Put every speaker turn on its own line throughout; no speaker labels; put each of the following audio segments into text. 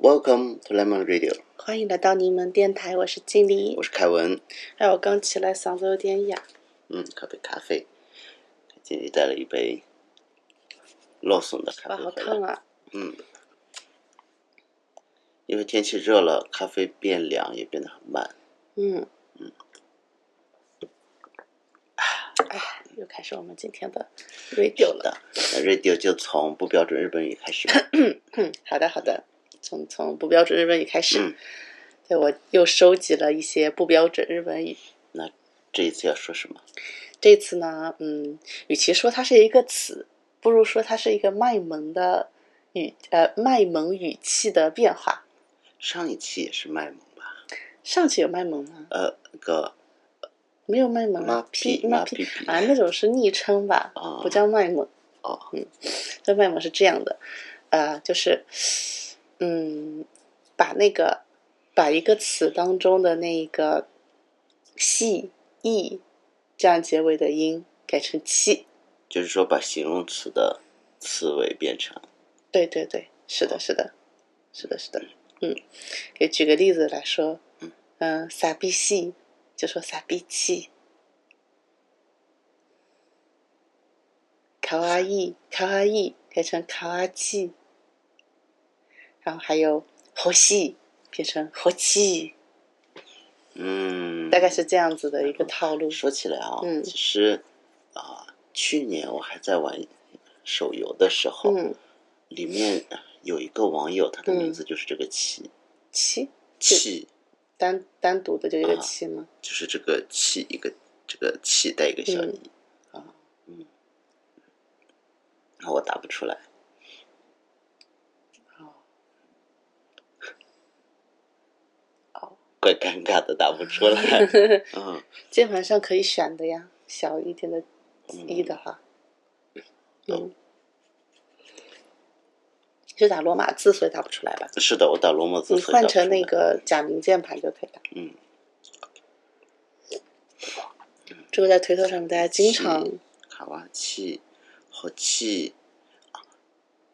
Welcome to Lemon Radio，
欢迎来到柠檬电台，我是静丽
我。是凯文。
哎，我刚起来，嗓子有点哑。
嗯，喝杯咖啡。今天带了一杯洛送的咖
哇，
啡
好
回来
烫啊！
嗯，因为天气热了，咖啡变凉也变得很慢。
嗯。哎，又开始我们今天的 radio 了。
的，那 radio 就从不标准日本语开始吧。
嗯，好的，好的。从从不标准日本语开始，
嗯
对我又收集了一些不标准日本语。
那这一次要说什么？
这次呢，嗯，与其说它是一个词，不如说它是一个卖萌的语，呃，卖萌语气的变化。
上一期也是卖萌吧？
上去有卖萌吗？
呃，那个
没有卖萌
妈
啊，
屁
妈
屁屁
啊，那种是昵称吧，
啊
不叫卖萌。
哦，
嗯，这卖萌是这样的，呃，就是，嗯，把那个把一个词当中的那一个系意这样结尾的音改成气。
就是说把形容词的词尾变成
对对对，是的，是的，是的，是的。嗯，给举个例子来说
嗯，
嗯，傻逼系就说傻逼气，卡哇伊卡哇伊改成卡哇气，然后还有猴戏变成猴气，
嗯，
大概是这样子的一个套路。
说起来啊，
嗯
其实啊、去年我还在玩手游的时候，
嗯，
里面有一个网友，他的
嗯
名字就是这个“气
气”，
气
单单独的就一个
啊
气吗？
就是这个“气”一个这个“气”带一个小“
嗯
一”啊，嗯，我打不出来，
哦，哦，
怪尴尬的，打不出 来，嗯，
键盘上可以选的呀，小一点的
嗯
一的话，
懂
嗯，就打罗马字，所以打不出来吧？
是的，我打罗马字
你
所以打
换
不出来
成那个假名键盘就可以打。
嗯，
这个在推特上面大家经常
卡哇气、火气。啊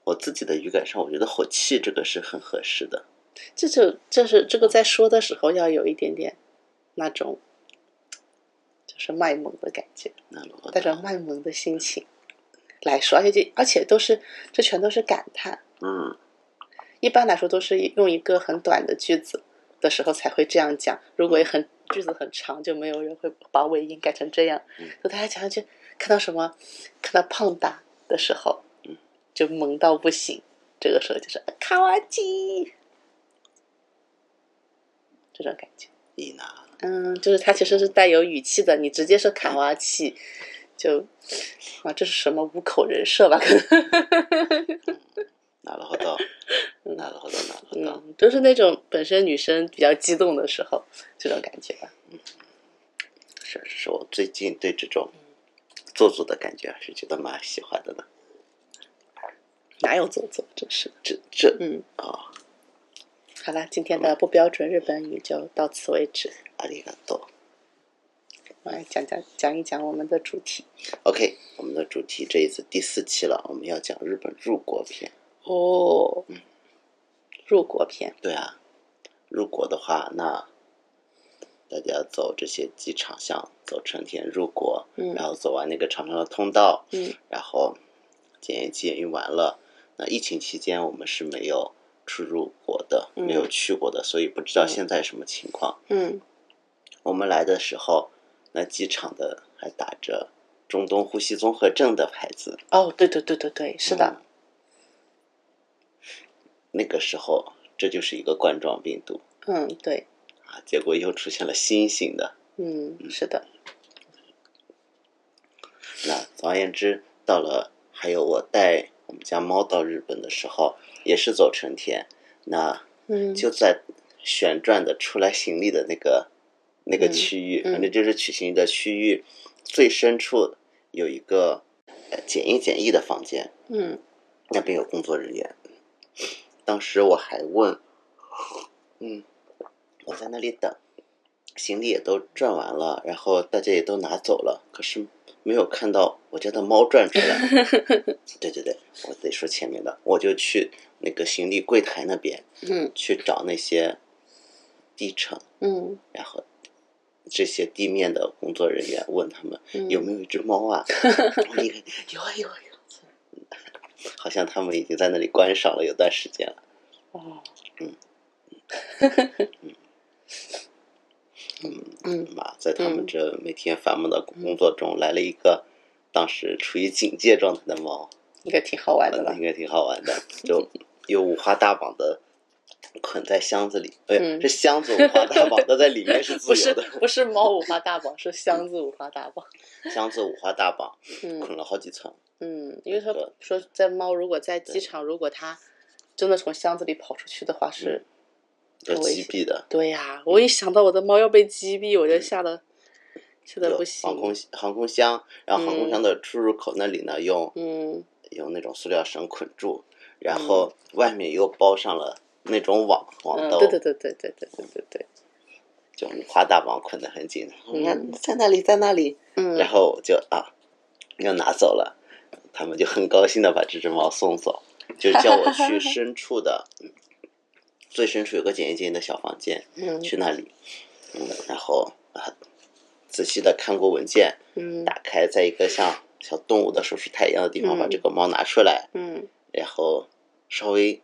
我自己的语感上，我觉得“火气”这个是很合适的。
这就这是这个在说的时候要有一点点那种，就是卖萌的感觉，
那如果
带着卖萌的心情来说，而且这而且都是这全都是感叹。
嗯，
一般来说都是用一个很短的句子的时候才会这样讲。如果很句子很长，就没有人会把尾音改成这样
嗯。
就大家讲一句，看到什么，看到胖达的时候
嗯，
就萌到不行。这个时候就是啊卡哇基，这种感觉。
你呢？
嗯，就是它其实是带有语气的，你直接说卡哇气，就啊，这是什么五口人设吧？可能。
なるほど，なるほど，なるほど。
嗯，就是那种本身女生比较激动的时候，这种感觉吧。
是是我最近对这种做作的感觉还是觉得蛮喜欢的呢。
哪有做作，真是的。
这这
嗯，
啊，
好啦，今天的不标准日本语就到此为止。
ありがとう。
我来讲讲讲一讲我们的主题
OK，我们的主题这一次第四期了，我们要讲日本入国篇。
哦。入国篇，
对啊，入国的话，那大家走这些机场巷，走成田入国，
嗯
然后走完那个长长的通道，
嗯，
然后检疫检疫完了，那疫情期间我们是没有出入国的，
嗯
没有去过的，所以不知道
嗯
现在什么情况。
嗯
我们来的时候，那机场的还打着中东呼吸综合症的牌子，
哦，对对对对对，是的，
嗯那个时候这就是一个冠状病毒
嗯对，
啊，结果又出现了新型的。
嗯是的，
那总而言之，到了还有我带我们家猫到日本的时候，也是走成田。那
嗯
就在旋转的出来行李的那个那个
嗯
区域，
嗯
反正就是取行李的区域最深处有一个呃检疫检疫的房间，
嗯
那边有工作人员。当时我还问，嗯，我在那里等，行李也都转完了，然后大家也都拿走了，可是没有看到我家的猫转出来。对对对，我得说前面的，我就去那个行李柜台那边
嗯
去找那些地产，
嗯
然后这些地面的工作人员问他们
嗯，
有没有一只猫 啊？我一看有啊有啊有啊，好像他们已经在那里观赏了有段时间了。
哦，
嗯
嗯
嘛，在他们这每天繁忙的工作中，来了一个当时处于警戒状态的猫，
应该挺好玩的
那
吧
应？该挺好玩的，就有五花大绑的捆在箱子里，哎，
嗯
这箱子五花大绑的在里面是自
不
由
是
的，
不是猫五花大绑，是箱子五花大绑。
箱子五花大绑，
嗯，
捆了好几层，
嗯，因为
对
说说在猫如果在机场，如果它真的从箱子里跑出去的话
嗯
是，
就
好危
击
险
毙的。
对呀、我一想到我的猫要被击毙，我就吓得吓得
有
不行
航。嗯空航空箱，然后航空箱的出入口那里呢，用
嗯
用那种塑料绳捆住，然后外面又包上了那种网网
嗯，
兜，
对对对对对对对对对，
就五花大绑捆得很紧。
嗯
你看，在那里，在那里，然
嗯
后我就啊，要拿走了，他们就很高兴的把这只猫送走，就叫我 去深处的，嗯最深处有个简易间的小房间，
嗯
去那里，嗯，然后啊，仔细的看过文件，
嗯
打开，在一个像小动物的手术台一样的地方
嗯
把这个猫拿出来，
嗯
然后稍微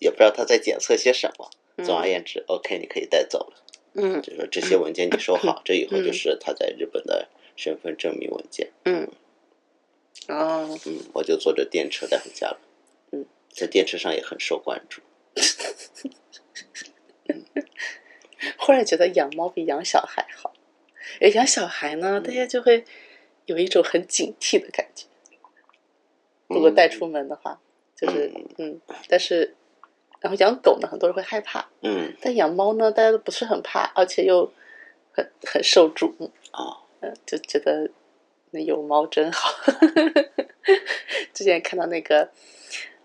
也不知道它在检测些什么。
嗯
总而言之，OK，你可以带走了。
嗯
就说这些文件你收好，这以后就
嗯
是他在日本的身份证明文件。
嗯，哦，
嗯，我就坐着电车带回家了。
嗯，
在电车上也很受关注。
忽然觉得养猫比养小孩好，诶养小孩呢，大家
嗯
就会有一种很警惕的感觉。如果
嗯
带出门的话，就是嗯，但是然后养狗呢，很多人会害怕，
嗯
但养猫呢，大家都不是很怕，而且又很很受瞩目，
啊，
嗯，就觉得那有猫真好。 之前看到那个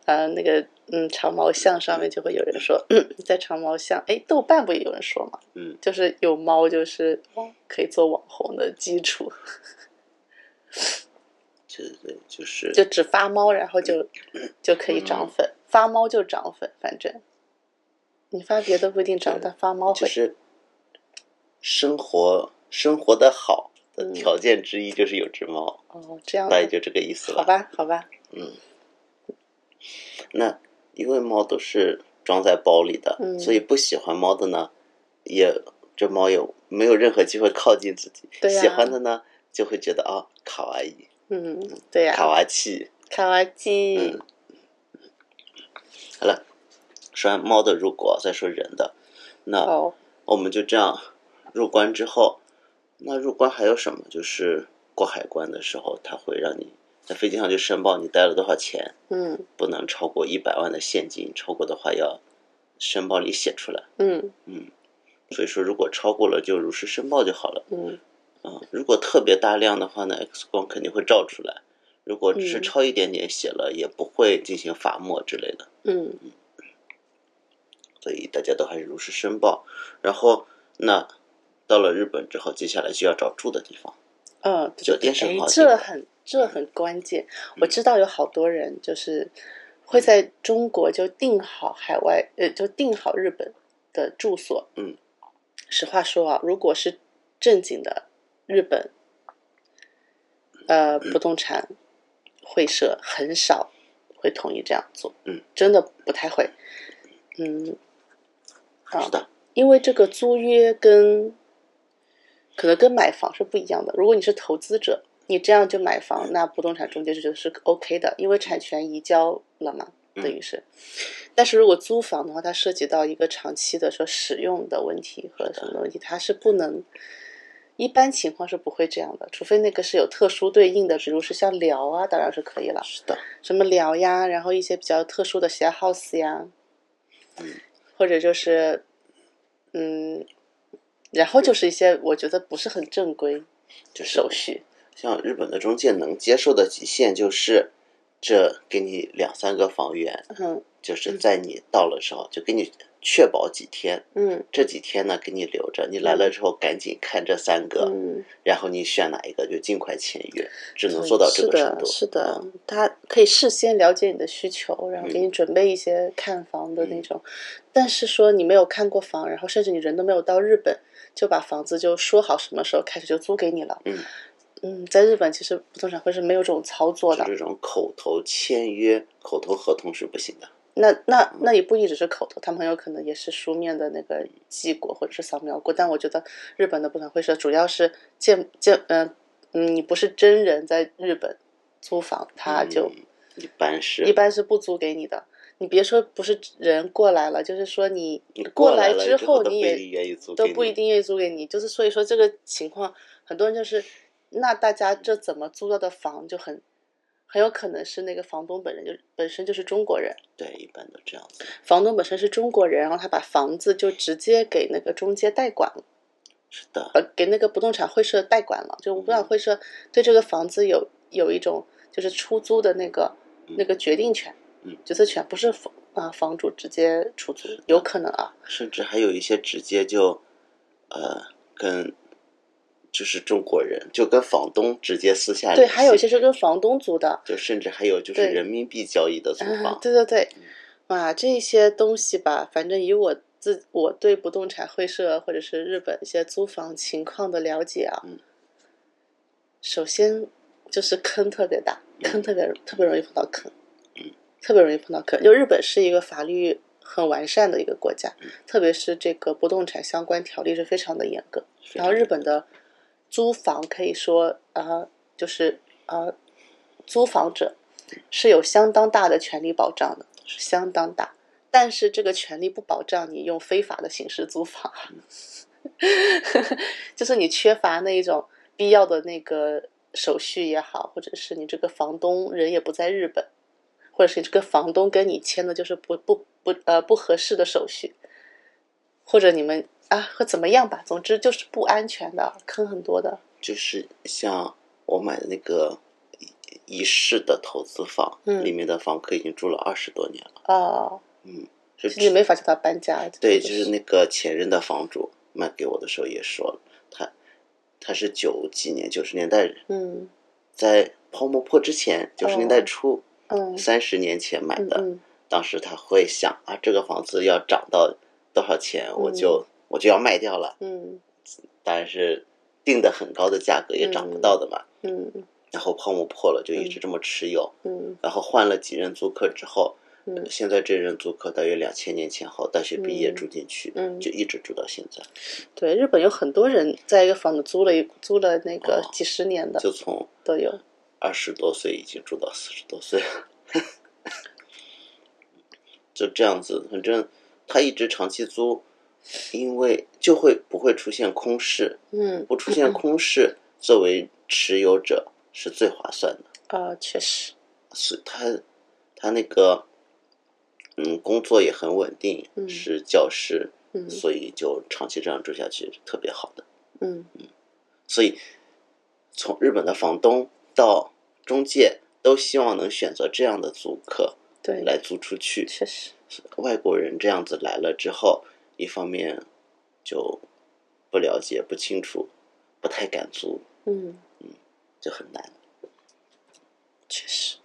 呃那个嗯长毛象上面就会有人说，嗯在长毛象，哎，豆瓣不也有人说吗？
嗯，
就是有猫就是可以做网红的基础，
对对对，就是
就只发猫，然后就就可以
嗯
涨粉，发猫就涨粉，反正你发别的不一定涨
对，
但发猫
就
会。
是生活生活的好的条件之一就是有只猫，
哦，这样
大概
的，
就这个意思
好
吧。
吧，好吧，
那因为猫都是装在包里的，
嗯
所以不喜欢猫的呢，也这猫也没有任何机会靠近自己。
对啊呀
喜欢的呢，就会觉得啊，卡哇伊、
嗯，对呀、
卡哇气。
卡哇基，
啊嗯好了，说完猫的入国，再说人的。那
哦，
我们就这样入关之后，那入关还有什么？就是过海关的时候，它会让你在飞机上就申报你带了多少钱，
嗯
不能超过一百万的现金，超过的话要申报里写出来。
嗯
所以说，如果超过了就如实申报就好了。
嗯
啊、如果特别大量的话呢，X 光肯定会照出来。如果只是
嗯
超一点点写了，也不会进行罚没之类的。
嗯
所以大家都还是如实申报。然后，那到了日本之后，接下来就要找住的地方。
嗯，对
酒店是
哎
很好，嗯订
这
的
很这很关键。我知道有好多人就是会在中国就订好海外，呃，就订好日本的住所。
嗯，
实话说啊，如果是正经的日本，呃，不动产会社很少会同意这样做。
嗯，
真的不太会。嗯，啊
是的，
因为这个租约跟可能跟买房是不一样的。如果你是投资者，你这样就买房，那不动产中介是觉得是 OK 的，因为产权移交了嘛，
嗯
等于是。但是如果租房的话，它涉及到一个长期的说使用的问题和什么的问题，它是不能。一般情况是不会这样的，除非那个是有特殊对应的，比如是像寮啊，当然是可以了，
是的，
什么寮呀，然后一些比较特殊的 share house 呀，嗯或者就是，嗯，然后就是一些我觉得不是很正规
就
手
是
续，
像日本的中介能接受的极限就是，这给你两三个房源，
嗯
就是在你到了时候就给你确保几天，
嗯
这几天呢给你留着，你来了之后赶紧看这三个，
嗯，
然后你选哪一个就尽快签约，只能做到这个程度。嗯
是的，是的，他可以事先了解你的需求，然后给你准备一些看房的
嗯
那种。但是说你没有看过房，然后甚至你人都没有到日本，就把房子就说好什么时候开始就租给你了。
嗯
嗯在日本其实不动产会是没有这种操作
就
的。
这种口头签约、口头合同是不行的。
那那那也不一直是口头，他们很有可能也是书面的那个记过或者是扫描过。但我觉得日本的不动产会社主要是见见，嗯、嗯，你不是真人在日本租房，他啊就、
嗯一般是
一般是不租给你的。你别说不是人过来了，就是说你
你
过
嗯来
来
了
之
后
后，
都
你
不一定
也
愿意租
都
给
不一
你。
定愿意租给你。就是所以说这个情况，很多人就是，那大家这怎么租到的房就很很有可能是那个房东本人就本身就是中国人，
对，一般都这样子。
房东本身是中国人，然后他把房子就直接给那个中介代管了，
是的，
呃，给那个不动产会社代管了。就不动产会社对这个房子有有一种就是出租的那个那个决定权
嗯、
决策权，不是房啊、房主直接出租，有可能啊。
甚至还有一些直接就，呃，跟就是中国人，就跟房东直接私下
对，
联
还有一
系
些是跟房东租的，
就甚至还有就是
对
人民币交易的租
啊
房，，
对对对，哇，这些东西吧，反正以我自我对不动产会社或者是日本一些租房情况的了解啊，
嗯
首先就是坑特别大，
嗯
坑特别、特别容易碰到坑，特别容易碰到坑。就日本是一个法律很完善的一个国
嗯
家，特别是这个不动产相关条例是非常的严格，
非
然后
常
日本的租房可以说啊、呃就是啊、呃租房者是有相当大的权利保障的，相当大。但是这个权利不保障你用非法的形式租房， 就是你缺乏那一种必要的那个手续也好，或者是你这个房东人也不在日本，或者是你这个房东跟你签的就是不不不呃不合适的手续，或者你们啊或怎么样吧，总之就是不安全的，坑很多的。
就是像我买的那个一一室的投资房，
嗯
里面的房客已经住了二十多年了，
哦，
是
其实你没嗯法叫他搬家。
对，就
这个
是那个前任的房主卖给我的时候也说了，他他是九几年九十年代
嗯
在泡沫破之前，九十年代初
嗯
三十、30年前买
嗯
的，
嗯
当时他会想啊，这个房子要涨到多少钱，我就我就要卖掉了，
嗯
当然是定的很高的价格也涨不到的嘛。
嗯
然后泡沫破了，就一直这么持有，
嗯
然后换了几任租客之后，呃
嗯
现在这任租客大约两千年前后大学毕业
嗯
住进去，
嗯
就一直住到现在。
对，日本有很多人在一个房子租了一租了那个
哦
几十年的
就从
都有。
二十多岁已经住到四十多岁了， 就这样子。反正他一直长期租，因为就会不会出现空室，
嗯
不出现空室，作为持有者是最划算的。
啊，确实，
是他他那个嗯工作也很稳定，
嗯
是教师，
嗯
所以就长期这样住下去是特别好的。
嗯
所以从日本的房东到中介都希望能选择这样的租客
对，
来租出去。
确实，
外国人这样子来了之后，一方面就不了解、不清楚，不太敢租，
嗯
就很难。
确实，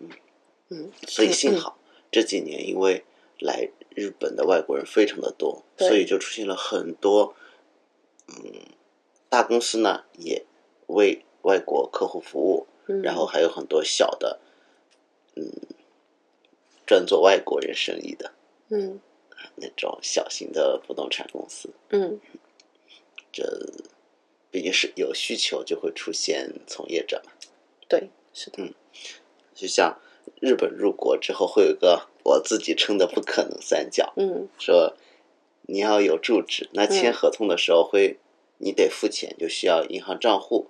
嗯
所以幸好这几年因为来日本的外国人非常的多，
对
所以就出现了很多，嗯，大公司呢也为外国客户服务，
嗯，
然后还有很多小的，嗯，专做外国人生意的
嗯
那种小型的不动产公司，
嗯
这毕竟是有需求就会出现从业者嘛。
对，是的，
就像日本入国之后会有一个我自己称的不可能三角，
嗯
说你要有住址，那签
嗯
合同的时候会、你得付钱，就需要银行账户，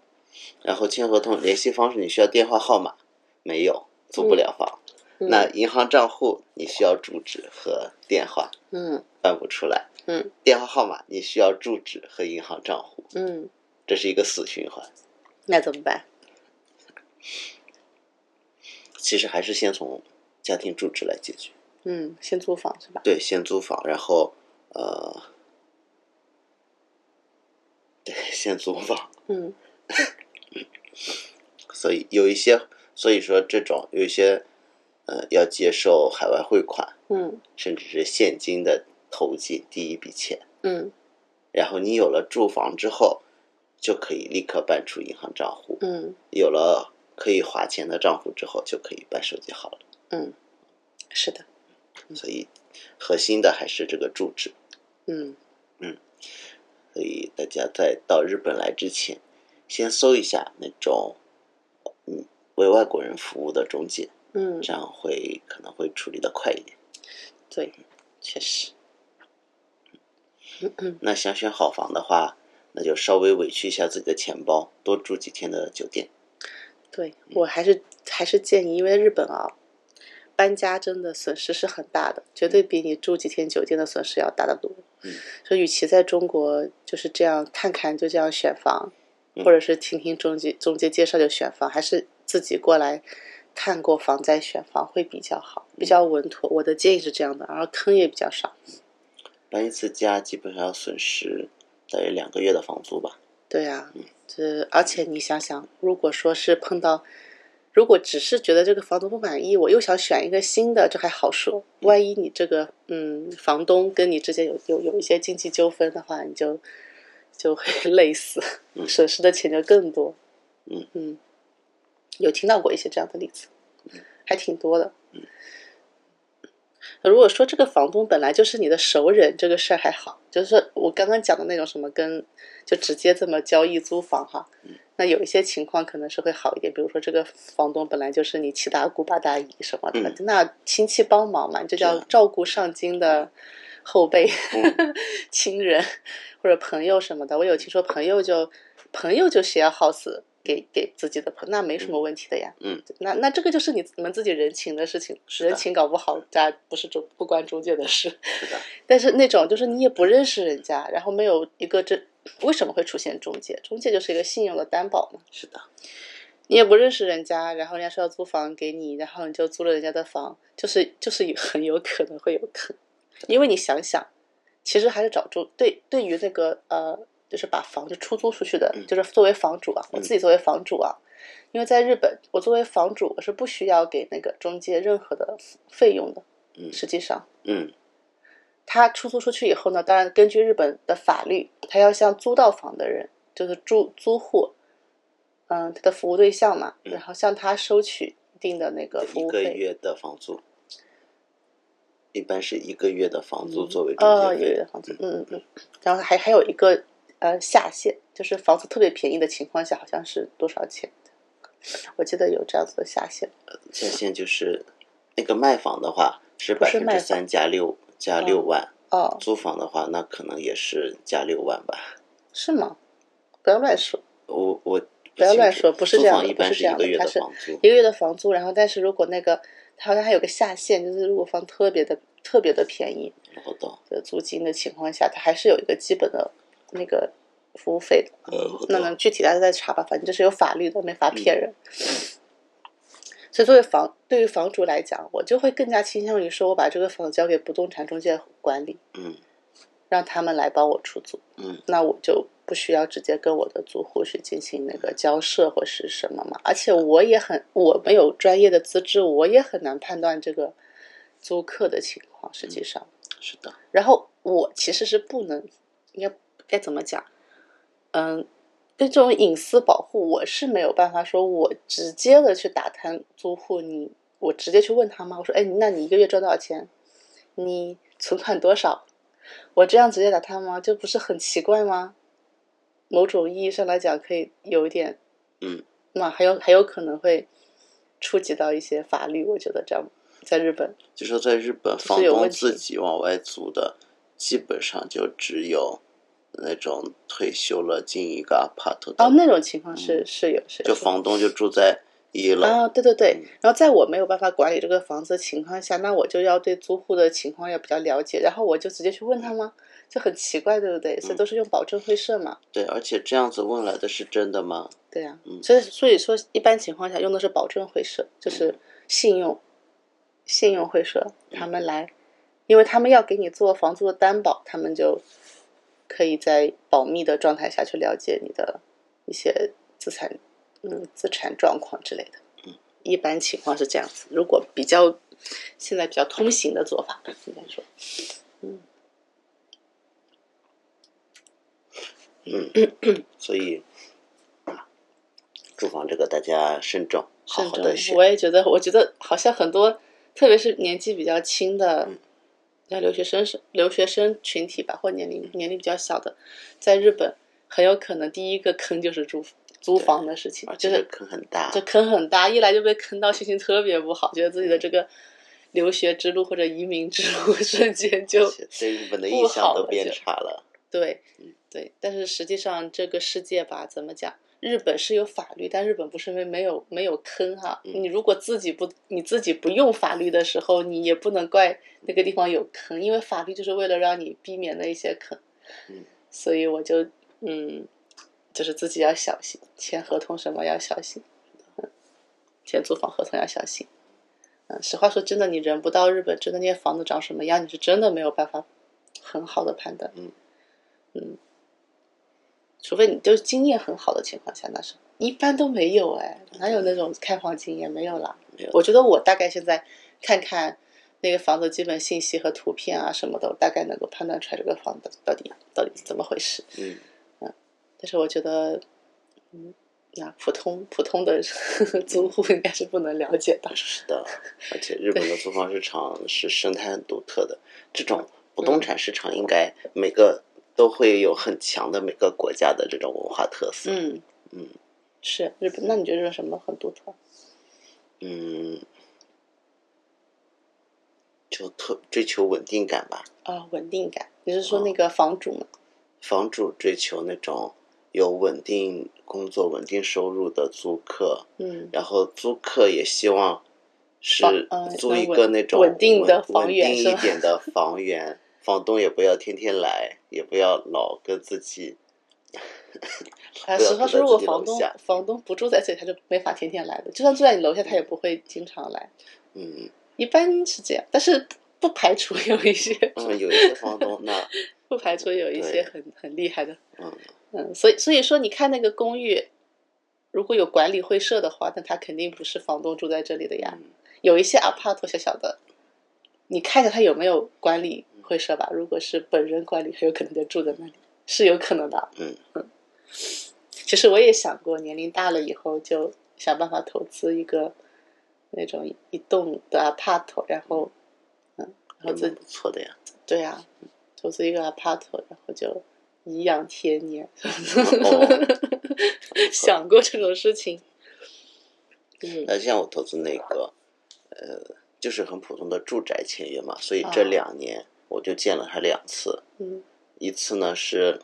然后签合同联系方式你需要电话号码，没有租不了房。
嗯
那银行账户你需要住址和电话，
嗯
办不出来。
嗯
电话号码你需要住址和银行账户，
嗯，
这是一个死循环。
那怎么办？
其实还是先从家庭住址来解决。
嗯，先租房是吧？
对，先租房，然后呃，对，先租房，
嗯
所以有一些，所以说这种有一些，呃，要接受海外汇款，
嗯
甚至是现金的投进第一笔钱，
嗯
然后你有了住房之后，就可以立刻办出银行账户，
嗯
有了可以花钱的账户之后，就可以办手机号了。
嗯，是的，
所以核心的还是这个住址。
嗯
所以大家在到日本来之前，先搜一下那种，嗯，为外国人服务的中介，
嗯，
这样会可能会处理的快一点。
对，确实，嗯嗯
那想选好房的话，那就稍微委屈一下自己的钱包，多住几天的酒店。
对
嗯
我还是还是建议，因为日本啊，搬家真的损失是很大的，绝对比你住几天酒店的损失要大得多。
嗯
所以，与其在中国就是这样看看就这样选房，
嗯
或者是听听中介中介介绍就选房，还是自己过来看过房再选房会比较好，
嗯
比较稳妥。我的建议是这样的，然后坑也比较少。
搬一次家基本上要损失大约两个月的房租吧。
对啊
嗯，
这而且你想想，如果说是碰到，如果只是觉得这个房东不满意，我又想选一个新的，这还好说。万一你这个嗯房东跟你之间有有有一些经济纠纷的话，你就就会 累死，
嗯
损失的钱就更多。
嗯
嗯，有听到过一些这样的例子，
嗯
还挺多的。如果说这个房东本来就是你的熟人，这个事儿还好，就是我刚刚讲的那种什么跟就直接这么交易租房哈，
嗯
那有一些情况可能是会好一点，比如说这个房东本来就是你七大姑八大姨什么的，
嗯
那亲戚帮忙嘛，这
是
叫
啊
照顾上京的后辈、
嗯
亲人或者朋友什么的。我有听说朋友就朋友就 share house 给给自己的朋那没什么问题的呀。
嗯，
那那这个就是你们自己人情的事情，
是的
人情搞不好，家不是中不关中介的事。
是的，
但是那种就是你也不认识人家，然后没有一个这为什么会出现中介？中介就是一个信用的担保嘛，
是的，
你也不认识人家，然后人家说要租房给你，然后你就租了人家的房，就是就是有 很有可能会有坑，因为你想想，其实还是找中对对于那个呃，就是把房子出租出去的
嗯，
就是作为房主啊，我
嗯
自己作为房主啊，因为在日本，我作为房主我是不需要给那个中介任何的费用的，
嗯
实际上。
嗯
他出租出去以后呢，当然根据日本的法律，他要向租到房的人，就是租租户，嗯，他的服务对象嘛，
嗯
然后向他收取一定的那个服
一
务
个
费。
月的房租，一般是一个月的房租作为
哦，
中
一
介
个月
费。
的房租，嗯嗯嗯。然后还还有一个呃下限，就是房子特别便宜的情况下，好像是多少钱？我记得有这样子的下限。
下限就是那个卖房的话是
不
百
是
分
卖
之
房
三加六加六万，
哦，
租房的话那可能也是加六万吧。
是吗？不要乱说。
我我
不要乱说
清楚
不是这样
租
的
房一
不
般
是这
一
样的
个月
它
的
是
房租，
一个月的房租，然后但是如果那个它好像还有个下限，就是如果房特别的特别的便宜
然后到
的租金的情况下，它还是有一个基本的那个服务费的。
呃我
那
懂嗯
呢，具体大家再查吧，反正这是有法律的，没法骗人。所以作为房对于房主来讲，我就会更加倾向于说，我把这个房交给不动产中介管理，
嗯
让他们来帮我出租。
嗯
那我就不需要直接跟我的租户去进行那个交涉或是什么嘛。而且我也很，我没有专业的资质，我也很难判断这个租客的情况。实际上，
是的，
然后我其实是不能，应该该怎么讲？嗯，对这种隐私保护，我是没有办法说，我直接的去打探租户，你我直接去问他吗？我说，哎，那你一个月赚多少钱？你存款多少？我这样直接打探吗？这不是很奇怪吗？某种意义上来讲，可以有一点，
嗯，
那还有还有可能会触及到一些法律，我觉得这样在日本，
就说在日本
是
房
有
东
问题
自己往外租的，基本上就只有那种退休了进一个 apart 的，
哦，那种情况是、是有是有
嗯就
的
房东就住在一楼，
啊，对对对
嗯。
然后在我没有办法管理这个房子的情况下，那我就要对租户的情况要比较了解，然后我就直接去问他吗？就很奇怪，对不对？所以
嗯
都是用保证会社嘛，
对，而且这样子问来的是真的吗？
对啊呀、
嗯
所以所以说，一般情况下用的是保证会社，就是信用信用会社，他们来，因为他们要给你做房租的担保，他们就可以在保密的状态下去了解你的一些资产，嗯，资产状况之类的。一般情况是这样子，如果比较现在比较通行的做法，应该说，
所以啊住房这个大家慎重，好
慎
好
重
的学。
我也觉得，我觉得好像很多，特别是年纪比较轻的
嗯，
像留学生是留学生群体吧，或年龄年龄比较小的，在日本很有可能第一个坑就是租租房的事情
而，
就
且这
是
坑很大
这，坑很大，一来就被坑到，心情特别不好，觉得
嗯
自己的这个留学之路或者移民之路 瞬间就
对日本的
不
印象
好
都
了
变
就
差了。
对，对，但是实际上这个世界吧，怎么讲？日本是有法律，但日本不是没没有没有坑哈。
嗯
你如果自己不你自己不用法律的时候，你也不能怪那个地方有坑，因为法律就是为了让你避免那一些坑。
嗯，
所以我就嗯，就是自己要小心，签合同什么要小心，嗯，签租房合同要小心。嗯，实话说，真的，你人不到日本，真的那些房子长什么样，你是真的没有办法很好的判断。除非你就是经验很好的情况下，那是一般都没有哎，哪有那种看房经验没有啦？
没有
我觉得我大概现在看看那个房子基本信息和图片啊什么的，我大概能够判断出来这个房子到底到底怎么回事。
嗯，
但是我觉得，嗯，那普通普通的 租户应该是不能了解的。
是的， 而且日本的租房市场是生态很独特的，这种不动产市场应该每个都会有很强的每个国家的这种文化特色。
嗯
嗯，
是日本。那你觉得日本什么很独特？
嗯，就特追求稳定感吧。
啊，稳定感。啊你是说那个房主吗？
房主追求那种有稳定工作、稳定收入的租客，
嗯，
然后租客也希望是
房呃
租一
能
个
稳
那种
稳定的房源
稳定
是
一
吧
点的房源。房东也不要天天来，也不要老跟自己。
啊，
不要
实话
住在
说，如果
自己楼
房东
下
房东不住在这里，他就没法天天来的。就算住在你楼下，他也不会经常来，
嗯，
一般是这样。但是不排除有一些，
嗯有一些房东 那
不排除有一些
对
很很厉害的。
嗯
嗯，所以所以说，你看那个公寓，如果有管理会社的话，那他肯定不是房东住在这里的呀。
嗯
有一些 apart 小小的，你看一下他有没有管理会社吧。如果是本人管理，很有可能就住在那里，是有可能的。
嗯
其实我也想过，年龄大了以后就想办法投资一个那种一栋的 apart，然后，嗯，
还
然后
蛮
自
不错的 呀。
对啊，投资一个 apart，然后就颐养天 年，
哦
想过这种事情。嗯，
那像我投资那个，呃，就是很普通的住宅签约嘛，所以这
啊
两年我就见了他两次。
嗯
一次呢是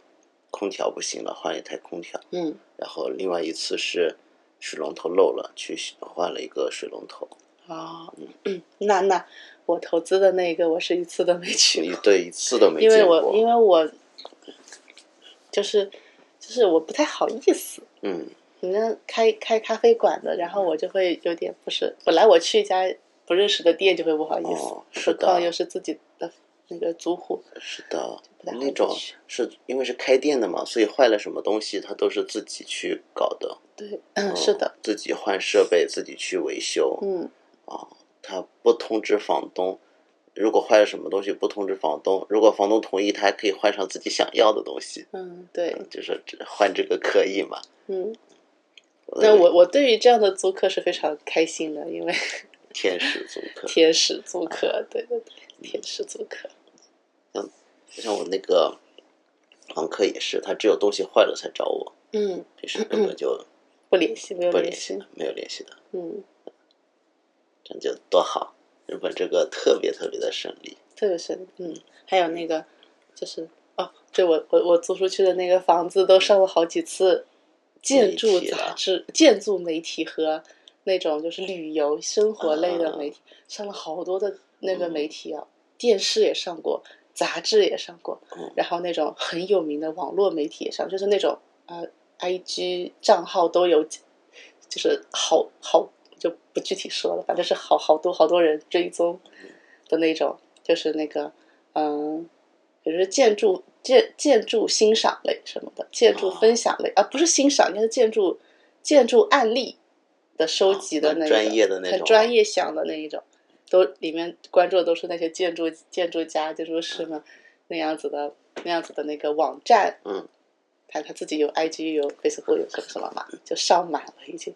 空调不行了，换了一台空调，
嗯，
然后另外一次是水龙头漏了，去换了一个水龙头。
啊，嗯那那我投资的那个，我是一次都没去
一
过。
对一次都没
因为
见过。
我因为我就是就是我不太好意思，
嗯
你那开开咖啡馆的，然后我就会有点不是，本来我去一家不认识的店就会不好意思，
哦
何
是的
况又是自己的那个租户，
是的
不太，好
那种
进去
是因为是开店的嘛，所以坏了什么东西他都是自己去搞的。
对，嗯， 是的，，
自己换设备，自己去维修。
嗯，
啊，他不通知房东，如果坏了什么东西不通知房东，如果房东同意，他还可以换上自己想要的东西，
嗯，对，
就说这换这个可以吗？
嗯，
认
那
为
我我对于这样的租客是非常开心的，因为
天使租客，
天使租客，对对对，
嗯
天使租客，
像我那个房客也是，他只有东西坏了才找我，
嗯，
平时根本就
不联系，没有
不
联
联系
系
的，，没有联系的，
嗯，
这样就多好。日本这个特别特别的顺利，
特别是嗯，还有那个就是哦，对我我我租出去的那个房子都上了好几次建筑
媒体
杂
了
志、建筑媒体和那种就是旅游生活类的
啊
媒体，上了好多的那
嗯
个媒体啊，电视也上过，杂志也上过，
嗯
然后那种很有名的网络媒体也上，就是那种呃 IG 账号都有，就是好好就不具体说了，反正是好好多好多人追踪的那种，就是那个嗯，比如说建筑建建筑欣赏类什么的，建筑分享类、啊，不是欣赏，应该是建筑建筑案例的收集的
很
那种，
啊专业的那种
很专业向的那一种，都里面关注的都是那些建筑建筑家、建筑师们那样子的那样子的那个网站，
嗯，
他他自己有 IG 有 Facebook 有什么什么嘛，就上满了已经。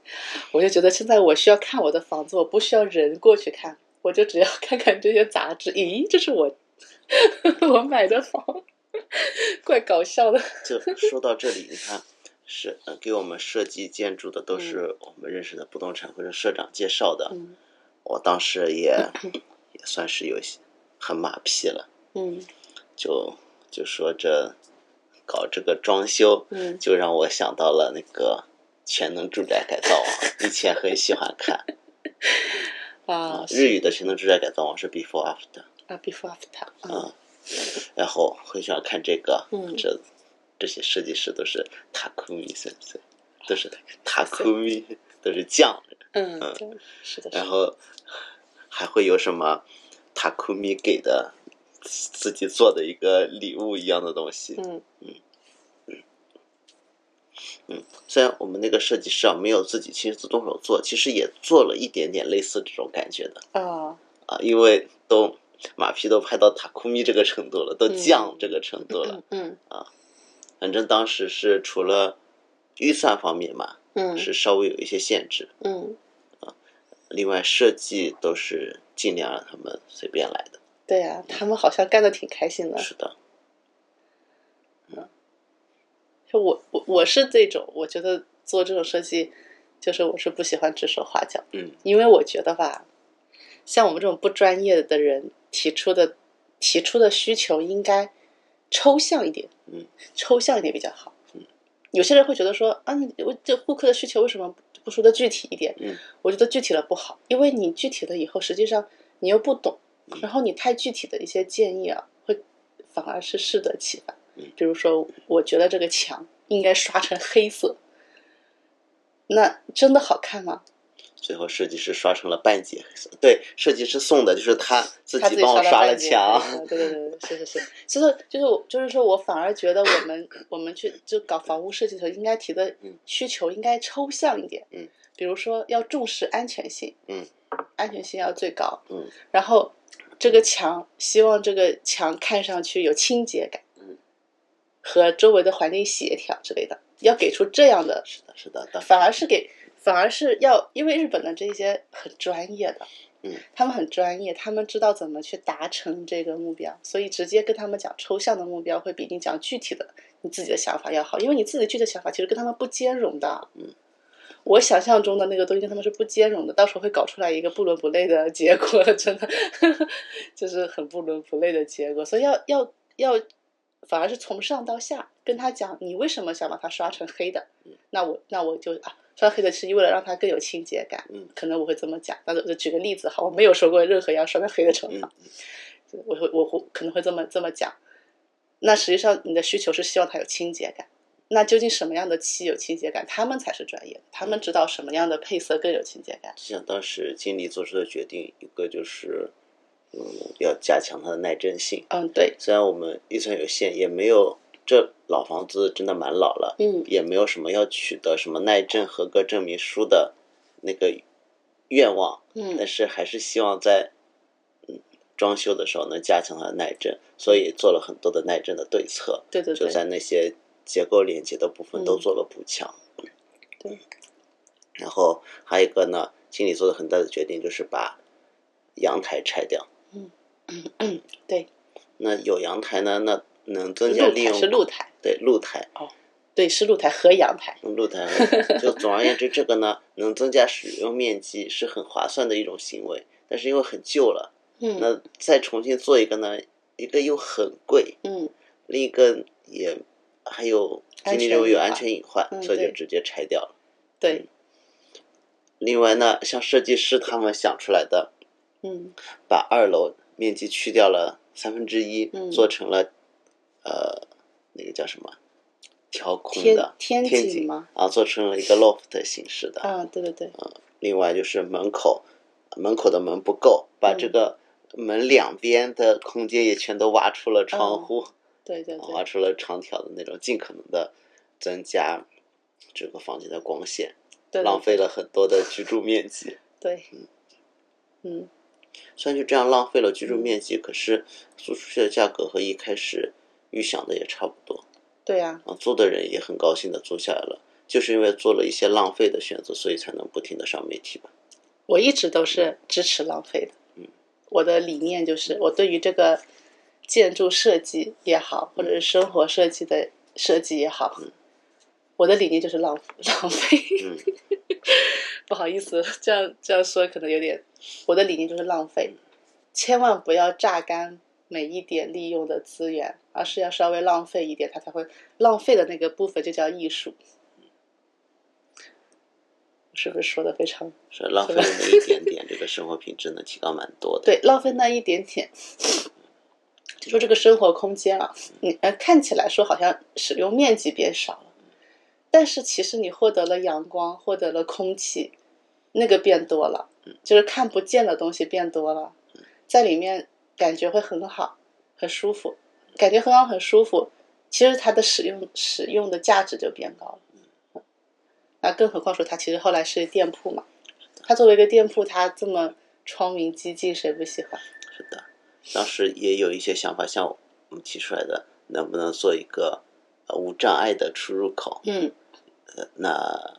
我就觉得现在我需要看我的房子，我不需要人过去看，我就只要看看这些杂志。咦，这是我 我买的房， 怪搞笑的。
啊就说到这里，你看，是呃给我们设计建筑的都是我们认识的不动产或者社长介绍的。
嗯
我当时也也算是有些很马屁了，
嗯
就就说这搞这个装修，
嗯
就让我想到了那个全能住宅改造王，以前很喜欢看
啊
日语的全能住宅改造王是 Before After，
啊，before after 啊
嗯，然后很喜欢看这个，
嗯
这这些设计师都是塔库米先生，都是塔库米，都是匠人，
嗯，对是的，是的
然后还会有什么塔库米给的自己做的一个礼物一样的东西。
嗯
虽然我们那个设计师啊没有自己亲自动手做，其实也做了一点点类似这种感觉的
啊
啊，因为都马屁都拍到塔库米这个程度了，都
嗯
匠这个程度了。
嗯嗯
反正当时是除了预算方面嘛，
嗯
是稍微有一些限制，
嗯，
另外设计都是尽量让他们随便来的。
对啊，他们好像干的挺开心的。
是的，
就我我我是这种，我觉得做这种设计，就是我是不喜欢指手画脚，
嗯，
因为我觉得吧，像我们这种不专业的人提出的提出的需求应该抽象一点，
嗯，
抽象一点比较好。有些人会觉得说，啊，你我这顾客的需求为什么不说的具体一点？
嗯，
我觉得具体了不好，因为你具体了以后，实际上你又不懂，
嗯
然后你太具体的一些建议啊，会反而是适得其反
嗯。
比如说，我觉得这个墙应该刷成黑色，那真的好看吗？
最后设计师刷成了半截黑色。对，设计师送的就是他自
他自己
帮我
到
刷了
半截
墙。
对对对对，是是是，就是就是我就是说我反而觉得我们我们去就搞房屋设计的时候，应该提的
嗯
需求应该抽象一点，
嗯，
比如说要重视安全性，
嗯，
安全性要最高，
嗯，
然后这个墙希望这个墙看上去有清洁感，
嗯，
和周围的环境协调之类的，要给出这样的
是的，是的，当
反而是给，反而是要，因为日本的这些很专业的，
嗯，
他们很专业，他们知道怎么去达成这个目标，所以直接跟他们讲抽象的目标，会比你讲具体的你自己的想法要好，因为你自己具体的想法其实跟他们不兼容的，
嗯。
我想象中的那个东西跟他们是不兼容的，到时候会搞出来一个不伦不类的结果， 真的就是很不伦不类的结果。所以要要要，反而是从上到下跟他讲，你为什么想把它刷成黑的，那我那我就啊，刷黑的是为了让它更有清洁感，
嗯，
可能我会这么讲。那我就举个例子哈，我没有说过任何要刷成黑的惩
嗯
罚，就我会我会可能会这么这么讲。那实际上你的需求是希望它有清洁感，那究竟什么样的漆有清洁感，他们才是专业的，他们知道什么样的配色更有清洁感。
就像当时经理做出的决定，一个就是，嗯，要加强它的耐震性。
嗯，对，
虽然我们预算有限，也没有这老房子真的蛮老了，
嗯
也没有什么要取得什么耐震合格证明书的那个愿望，但
嗯
是还是希望在嗯装修的时候能加强它的耐震，所以做了很多的耐震的对策，
对对
就
对，
在那些结构连接的部分都
嗯
做了补强。嗯
对，
然后还有一个呢，经理做的很大的决定就是把阳台拆掉。
嗯对，
那有阳台呢，那能增加
露
利
台
用
是露台，
对露台，
对，是露台和阳台。
嗯露 台就总而言之，这个呢能增加使用面积是很划算的一种行为，但是因为很旧了，
嗯
那再重新做一个呢，一个又很贵，
嗯
另一个也还有经历中有安全隐患，
嗯
所以就
对
直接拆掉了。嗯
对，
另外呢，像设计师他们想出来的，
嗯
把二楼面积去掉了三分之一
嗯，
做成了呃那个叫什么调空
天
的
天
天
井
井啊
吗？
啊，做成了一个 loft 形式的。
啊，对对对，
另外就是门口，门口的门不够，把这个门两边的空间也全都挖出了窗户，
对对对
挖，出哦了长条的那种，尽可能的增加这个房间的光线，
对
浪费了很多的居住面积。
对，嗯，
虽然就这样浪费了居住面积，可是租出去的价格和一开始预想的也差不多
对啊，
啊。租的人也很高兴的租下来了，就是因为做了一些浪费的选择，所以才能不停的上媒体吧。
我一直都是支持浪费的。
嗯，
我的理念就是，我对于这个建筑设计也好，或者是生活设计的设计也好，我的理念就是浪 浪费。
嗯
不好意思，这样这样说可能有点，我的理念就是浪费，千万不要榨干每一点利用的资源，而是要稍微浪费一点，它才会浪费的那个部分就叫艺术。是不是说的非常
是浪费了那一点点，这个生活品质能提高蛮多的。
对，浪费那一点点，就说这个生活空间啊，你呃看起来说好像使用面积变少了，但是其实你获得了阳光，获得了空气，那个变多了，就是看不见的东西变多了，在里面感觉会很好，很舒服，感觉很好很舒服，其实它的使用使用的价值就变高了。嗯那更何况说它其实后来是店铺嘛，它作为一个店铺，它这么窗明几净，谁不喜欢？
是的，当时也有一些想法，像我们提出来的，能不能做一个呃无障碍的出入口？
嗯，
呃那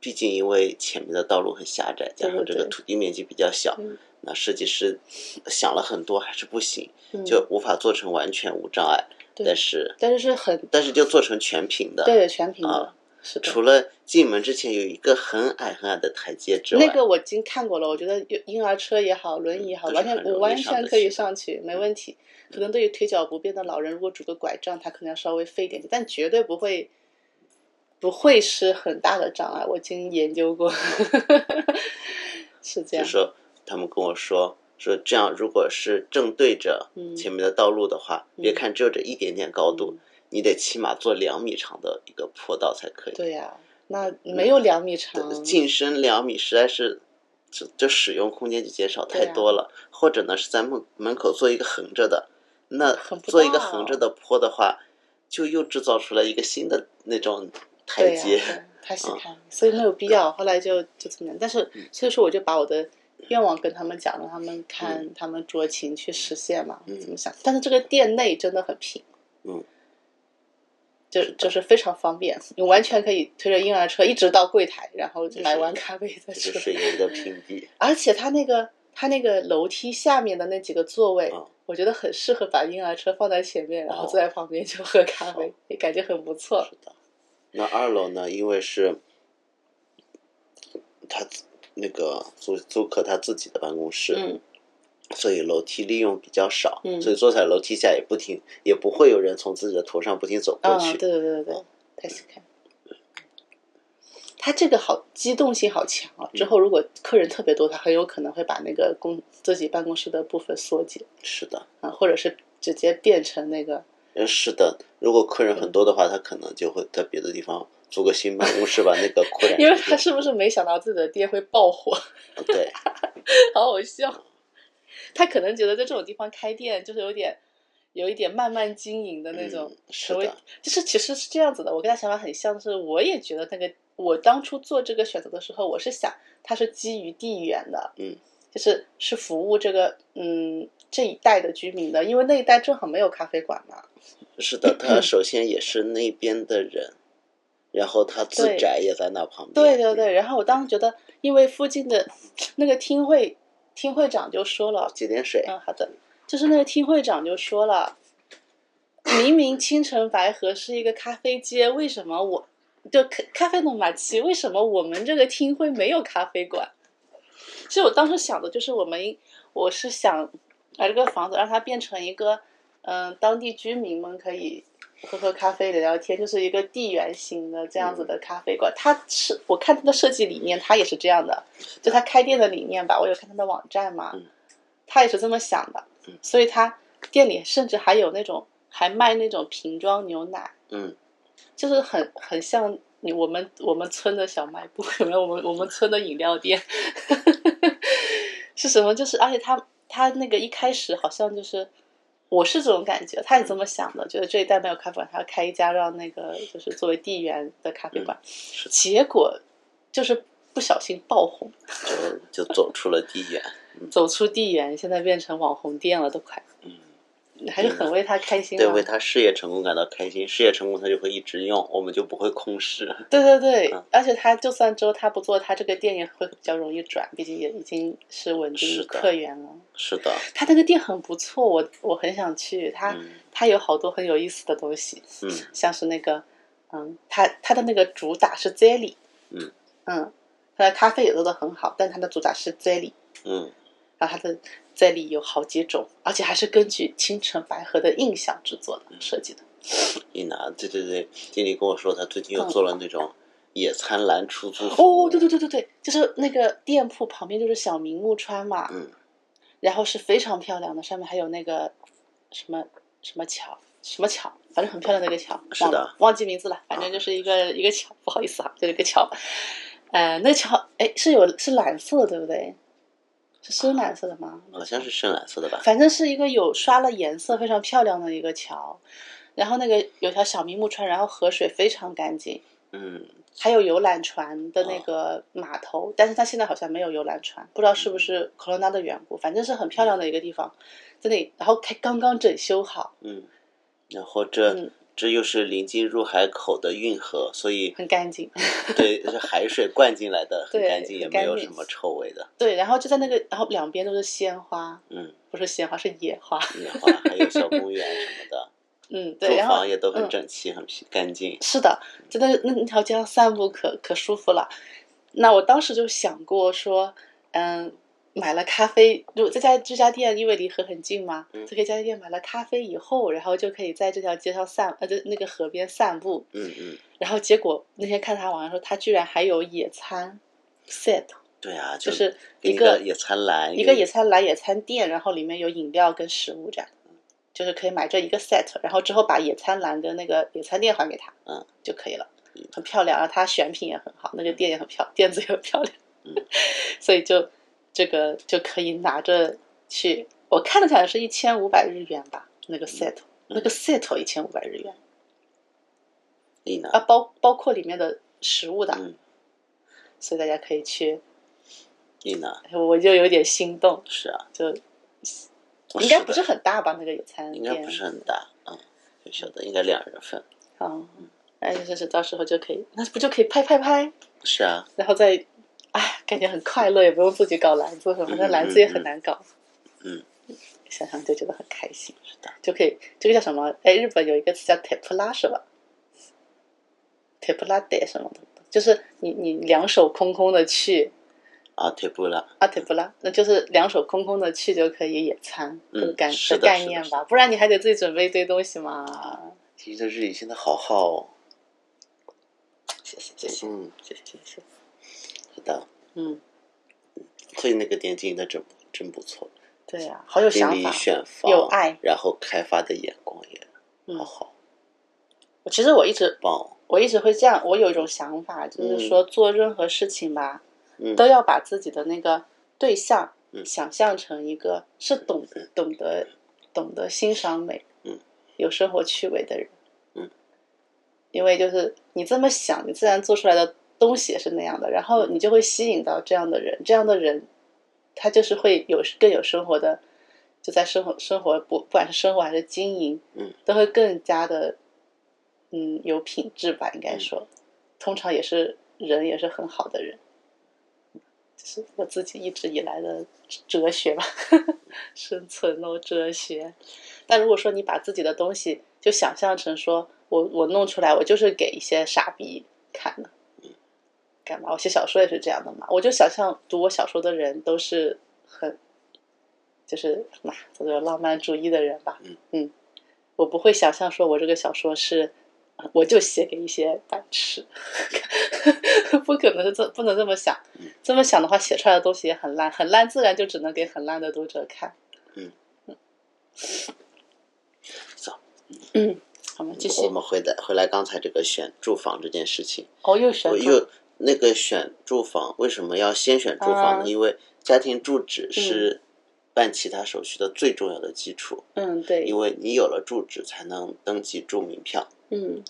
毕竟因为前面的道路很狭窄，加上这个
对
土地面积比较小，
嗯
那设计师想了很多还是不行，
嗯
就无法做成完全无障碍。
对
但是
但是是很
但是就做成全屏的，
对的，全屏的，
啊
是的。
除了进门之前有一个很矮很矮的台阶之外，
那个我已经看过了，我觉得有婴儿车也好，轮椅也好，
都是
完全
很容易
我完
上
全
得
可以
去的嗯
上去，没问题。可能对于腿脚不便的老人，如果拄个拐杖，他可能要稍微费一点劲，但绝对不会不会是很大的障碍。我已经研究过， 是这
就
样
是。说他们跟我说说这样，如果是正对着
嗯
前面的道路的话，
嗯
别看只有这一点点高度，
嗯
你得起码做两米长的一个坡道才可以。
对呀、那
嗯
没有两米长，
晋升两米实在是，就就使用空间就减少太多了。
啊
或者呢是在门门口做一个横着的，那
很不
做一个
道
横着的坡的话，就又制造出来一个新的那种台
对 呀，
阶。
对太细
嗯
看，所以没有必要。后来就就这么样，但是所以说我就把我的愿望跟他们讲，让他们看，他们酌情去实现嘛，
嗯
怎么想？但是这个店内真的很平，
嗯，
就是
的
就是非常方便，你完全可以推着婴儿车一直到柜台，然后
就是
买完咖啡再
这
出
个
来。
水泥的平地，
而且它那个它那个楼梯下面的那几个座位，
嗯
我觉得很适合把婴儿车放在前面，然后
哦
坐在旁边就喝咖啡，也感觉很不错。
是的。那二楼呢，因为是他自那个租租客他自己的办公室，
嗯，
所以楼梯利用比较少，
嗯
所以坐在楼梯下也不停，也不会有人从自己的头上不停走过
啊，
去。
对对对对对，太细看。他这个好机动性好强啊！
嗯
之后如果客人特别多，他很有可能会把那个公自己办公室的部分缩减
是的。
啊，或者是直接变成那个
呃，是的，如果客人很多的话，他可能就会在别的地方租个新办公室，把那个扩展。
因为他是不是没想到自己的店会爆火，
对，
好好笑。他可能觉得在这种地方开店就是有点有一点慢慢经营的那种
嗯是
成为，
的，
就是其实是这样子的。我跟他想法很像，是我也觉得那个我当初做这个选择的时候，我是想它是基于地缘的，
嗯，
就是是服务这个嗯这一带的居民的，因为那一带正好没有咖啡馆嘛，
是的，他首先也是那边的人，然后他自
对
宅也在那旁边。
对对对，然后我当时觉得，因为附近的那个厅会厅会长就说了
嗯，，接点水，
嗯，好的，就是那个厅会长就说了，明明青城白河是一个咖啡街，为什么我就咖咖啡的马奇，为什么我们这个厅会没有咖啡馆？其实我当时想的就是，我们我是想把这个房子让它变成一个，嗯、当地居民们可以喝喝咖啡、聊聊天，就是一个地缘型的这样子的咖啡馆。它是我看它的设计理念，它也是这样的，就它开店的理念吧。我有看它的网站嘛
嗯，
它也是这么想的
嗯，
所以它店里甚至还有那种还卖那种瓶装牛奶。
嗯，
就是很很像你我们我们村的小卖部， 有没有我们我们村的饮料店 是什么？就是而且他他那个一开始好像就是。我是这种感觉，他也这么想的，觉得这一带没有咖啡馆，他要开一家让那个就是作为地缘的咖啡馆，
嗯是
结果就是不小心爆红，
就走出了地缘，
走出地缘，现在变成网红店了，都快，
嗯，
还是很为他开心、啊
对，为他事业成功感到开心，事业成功他就会一直用，我们就不会空视。
对对对，
嗯
而且他就算之后他不做，他这个店也会比较容易转，毕竟也已经是稳
是的
定客源了。
是的，
他那个店很不错，我我很想去。他、
嗯
他有好多很有意思的东西，
嗯，
像是那个，嗯，他他的那个主打是 jelly，
嗯
嗯，他的咖啡也做的很好，但他的主打是 jelly，
嗯
然后它的 jelly 有好几种，而且还是根据青城白河的印象制作的
嗯
设计的。
一拿，对对对，经理跟我说他最近又做了那种野餐篮出租服务
嗯哦，对对对对对，就是那个店铺旁边就是小明木川嘛，
嗯，
然后是非常漂亮的，上面还有那个什么什么桥，什么桥，反正很漂亮的一个桥，
是的
忘，忘记名字了，反正就是一个、一个桥，不好意思啊，就是一个桥，呃，那个桥哎是有是蓝色的，对不对？是深蓝色的吗？
好像是深蓝色的吧？
反正是一个有刷了颜色非常漂亮的一个桥，然后那个有条小明木川，然后河水非常干净，
嗯，
还有游览船的那个码头，但是它现在好像没有游览船，不知道是不是 corona 的缘故，反正是很漂亮的一个地方，在那里，然后开刚刚整修好，
嗯，然后这、
嗯
这又是临近入海口的运河，所以
很干净。
对，是海水灌进来的，很
对
干净，也
很
没
干
有
净
什么臭味的。
对，然后就在那个，然后两边都是鲜花，
嗯，
不是鲜花是野花，
野花还有小公园什么的，
嗯，对，
住
然后
房也都很
嗯
整齐，很皮干净。
是的，在那那那条街上散步可可舒服了。那我当时就想过说，嗯，买了咖啡，如果这家这家店因为离河很近嘛，
嗯
就可以在这家店买了咖啡以后，然后就可以在这条街上散，呃，在那个河边散步。
嗯嗯，
然后结果那天看他网上说，他居然还有野餐 set，
对啊，
就
就是给
一
你
个
个野餐篮，
一个野餐来野餐店，然后里面有饮料跟食物这样，就是可以买这一个 set，然后之后把野餐篮跟那个野餐垫还给他，
嗯，
就可以了
嗯，
很漂亮。然后它选品也很好，那个店也很漂店子也很漂亮，
嗯
所以就这个就可以拿着去，我看了下来是一千五百日元吧，那
嗯
个 set，、那个 set 一千五百日元
你呢？
啊，包包括里面的食物的，
嗯
所以大家可以去，
你呢？
我就有点心动，
是啊，
就
哦
应该
是
不
的
是很大吧？那个野餐
应该
店
不是很大啊，嗯就小的，应该两人份。
哦，那就是到时候就可以，那不就可以拍拍拍，
是啊，
然后再，哎，感觉很快乐，也不用自己搞篮子什么，
嗯
那篮子也很难搞。
嗯，
想想就觉得很开心，
是的，
就可以这个叫什么？哎，日本有一个词叫 “tepla” 是吧？“tepla de” 什么的，就是你你两手空空的去
啊，退步了。
啊 “tepla”，那就是两手空空的去就可以野餐，
嗯
这个概
是的
概
是的
念
是
吧，不然你还得自己准备一堆东西嘛。
其实在这里现在好好哦，
谢谢谢谢
嗯，
谢谢谢谢，
是的，
嗯，
所以那个店经营的真不真不错，
对呀、好有
经
想
理
法。
选房
有爱，
然后开发的眼光也好
嗯
好
我其实我一直
棒哦，
我一直会这样，我有一种想法，就是说做任何事情吧，
嗯
都要把自己的那个对象
嗯
想象成一个是懂懂得懂得欣赏美，
嗯，
有生活趣味的人，
嗯，
因为就是你这么想，你自然做出来的东西也是那样的，然
嗯
后你就会吸引到这样的人，这样的人他就是会有更有生活的，就在生活生活不不管是生活还是经营，
嗯，
都会更加的嗯有品质吧，应该
嗯
说，通常也是人也是很好的人，这是我自己一直以来的哲学吧， 生存哦哲学。但如果说你把自己的东西就想象成说我我弄出来，我就是给一些傻逼看的，干嘛？我写小说也是这样的嘛，我就想象读我小说的人都是很，就是嘛，叫做浪漫主义的人吧。
嗯
我不会想象说我这个小说是，呃我就写给一些白痴， 不可能是这不能这么想
嗯，
这么想的话，写出来的东西也很烂，很烂自然就只能给很烂的嗯读者看。
嗯走，
嗯，好吗？继
我
续。
们回来回来刚才这个选住房这件事情，
哦，又选
我
住，
又那个选住房为什么要先选住房呢？
啊
因为家庭住
嗯
址是办其他手续的最重要的基础，
嗯，对
因，为你有了住址才能登记住民票、
嗯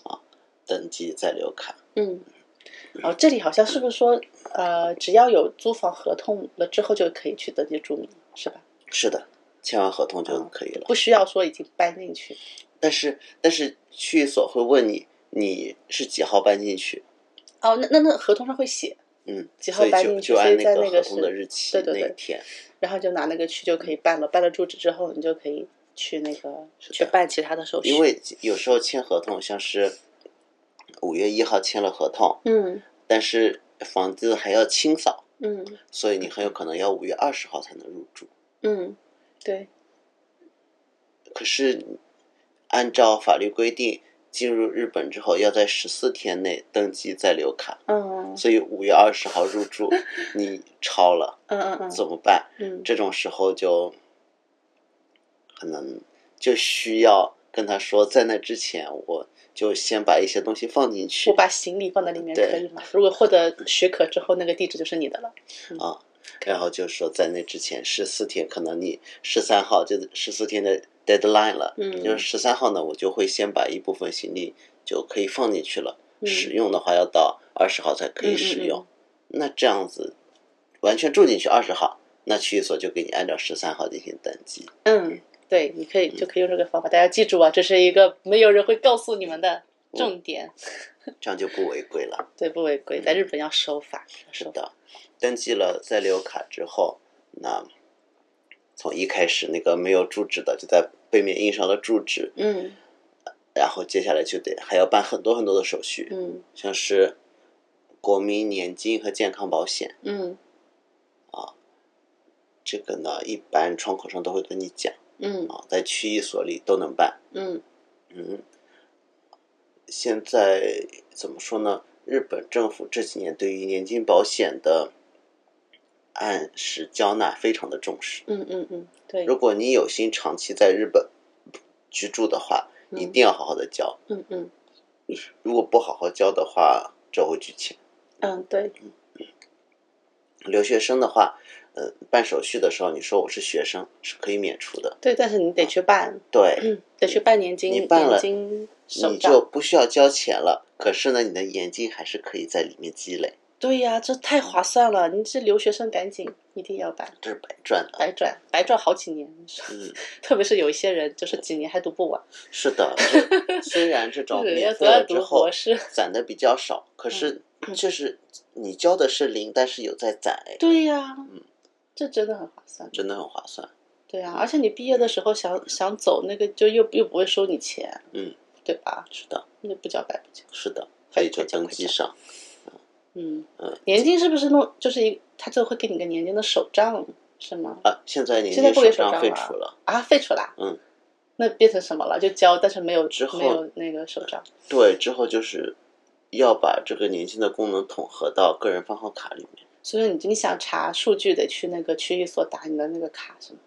登记在留卡。
嗯。哦，这里好像是不是说，呃，只要有租房合同了之后就可以去登记住民，是吧？
是的，签完合同就可以了。
不需要说已经搬进去。
但是但是区域所会问你你是几号搬进去，
哦，那那那合同上会写，
嗯，
几号
所以
搬
就
进去
就
所以
按
在
个
那个
合同
是
的日期
对对对
那一天。
然后就拿那个去就可以办了，办了住址之后，你就可以去那个
是的
去办其他的手续。
因为有时候签合同，像是五月一号签了合同，
嗯
但是房子还要清扫，
嗯
所以你很有可能要五月二十号才能入住。
嗯，对，
可是按照法律规定，进入日本之后要在十四天内登记在留卡，
嗯
所以五月二十号入住你超了
嗯嗯
怎么办？
嗯
这种时候就可能就需要跟他说，在那之前我就先把一些东西放进去
我。把行李放在里面
对
可以吗？如果获得许可之后，那个地址就是你的了。
啊，然后就说在那之前十四天，可能你十三号就十四天的 deadline 了，
嗯
就是十三号呢，我就会先把一部分行李就可以放进去了，
嗯
使用的话要到二十号才可以使用。那这样子完全住进去二十号，那区域所就给你按照十三号进行登记。
嗯，对，你可以就可以用这个方法，大家记住啊，这是一个没有人会告诉你们的
嗯
重点，
这样就不违规了。
对，不违规，在日本要守法，要
是
守法。
的，登记了在留卡之后，那从一开始那个没有住址的，就在背面印上了住址，
嗯
然后接下来就得还要办很多很多的手续，
嗯
像是国民年金和健康保险，
嗯
这个呢一般窗口上都会跟你讲
嗯
啊，在区域所里都能办。
嗯
嗯，现在怎么说呢？日本政府这几年对于年金保险的按时交纳非常的重视。
嗯嗯嗯，对，
如果你有心长期在日本居住的话，一
嗯
定要好好的交。
嗯嗯
如果不好好交的话，这会拒签。
嗯，对，
留学生的话，呃，办手续的时候，你说我是学生是可以免除的，
对，但是你得去办，
对，
嗯，得去办年金，
啊你办了
年金手
你就
账。
不需要交钱了。可是呢，你的年金还是可以在里面积累，
对呀、这太划算了！你这留学生赶紧一定要办，
这是白赚的。
白赚白赚好几年。你说
嗯，
特别是有一些人，就是几年还读不完，
是的， 这虽然这种
对
免
要
费
读要
了之
读
后
博士。 嗯
攒的比较少，可是 就是你交的是零，但是有在攒，哎，
对呀、
嗯
这真的很划算。
真的很划算。
对啊，而且你毕业的时候想想走那个，就又又不会收你钱，
嗯，
对吧？
是的，
那不叫白不交。
是的，所
快
以就
快讲
登
快
记
讲
上，
嗯
嗯，
年金是不是弄就是一，他就会给你个年金的手账是吗？
啊，现在年
现在
金
不给
手
手
账
账
废
了
除了，
啊，废除啦。
嗯，
那变成什么了？就交，但是没有
之后嗯
没有那个手账。
对，之后就是要把这个年金的功能统合到个人番号卡里面。
所以你你想查数据，得去那个区域所打你的那个卡是吗？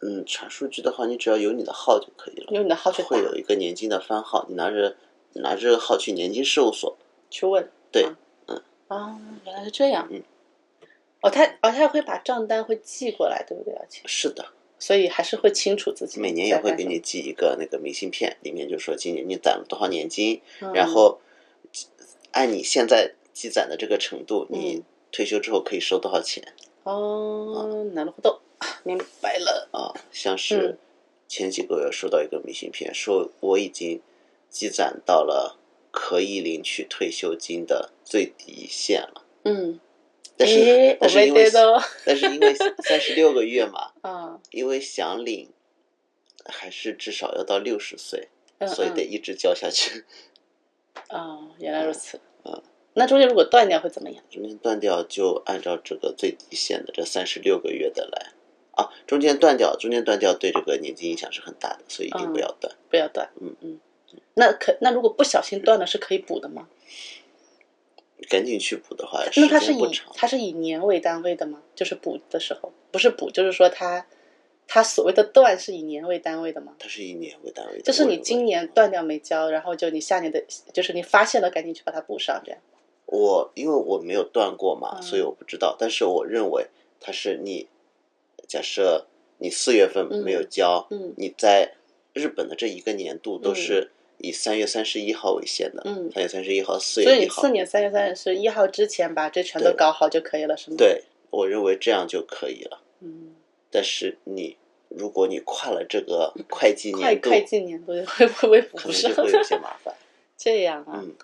嗯，查数据的话，你只要有你的号就可以了。
用你的号去打
会有一个年金的番号，你拿着拿着号去年金事务所。
去问。
对
啊，啊，原来是这样。
嗯。
哦，他哦，他会把账单会寄过来，对不对？而且，
是的，
所以还是会清楚自己
每年也会给
在干
你寄一个那个明信片，里面就说今年你攒了多少年金，
什么，
然
嗯
后按你现在积攒的这个程度，你
嗯
退休之后可以收多少钱
哦，なるほど，明白了。
啊？像是
嗯
前几个月收到一个明信片，说我已经积攒到了可以领取退休金的最低限了，
嗯，
但
诶
是但
我
是
没
因为
得到。
但是因为三十六个月嘛，
啊，
因为想领，还是至少要到六十岁，
嗯
所以得一直交下去。
嗯啊，原来如此。
嗯
那中间如果断掉会怎么样？
中间断掉就按照这个最低限的这三十六个月的来啊，中间断掉，中间断掉对这个年金影响是很大的，所以一
嗯
定不要断。
不要断。
嗯
嗯。那可那如果不小心断了是可以补的吗？
赶紧去补的话，呃时
那它是
间不
以
长。
它是以年为单位的吗？就是补的时候，不是补，就是说它它所谓的断是以年为单位的吗？
它是以年为单位的。
就是
我
你
认为
今年断掉没交，然后就你下年的，就是你发现了赶紧去把它补上，这样。
我因为我没有断过嘛，
嗯
所以我不知道。但是我认为它是你，假设你四月份没有交，
嗯
你在日本的这一个年度都
嗯
是以三月三十一号为限的，
嗯，
三月三十一号、四
所以
月一
你
号
四，年三月三十一号之前把这全都
对
搞好就可以了，是吗？，
对我认为这样就可以了。
嗯，
但是你如果你跨了这个会计
快
年度，
快进年度会不会补
可
不
能
上
就？会 有些麻烦。
这样啊，
嗯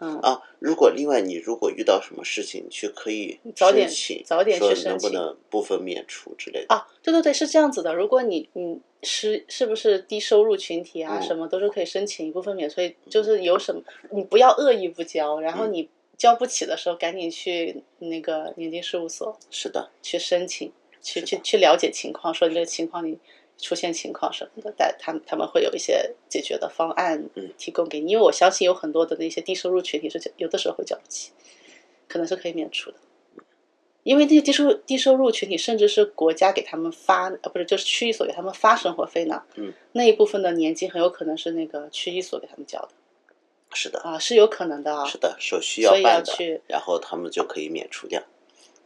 嗯，
啊，如果另外你如果遇到什么事情，去可以
嗯早点
申请
早点去
说
申
能不
请
能部分免除之类的。
啊，对对对，是这样子的。如果你你是是不是低收入群体啊，
嗯
什么都是可以申请一部分免税，就是有什么你不要恶意不交，然
嗯
后你交不起的时候赶紧去那个年金事务所
是的，
去申请，去
是
去
的
去了解情况，说你这个情况你出现情况什么的，但他们他们会有一些解决的方案
嗯
提供给你，因为我相信有很多的那些低收入群体是有的时候会交不起，可能是可以免除的。因为那些低收低收入群体，甚至是国家给他们发，呃，不是，就是区域所给他们发生活费呢，
嗯，
那一部分的年金很有可能是那个区域所给他们交的
是的，
啊，是有可能的啊，
是的，手续
所以要
办
去
的，然后他们就可以免除掉。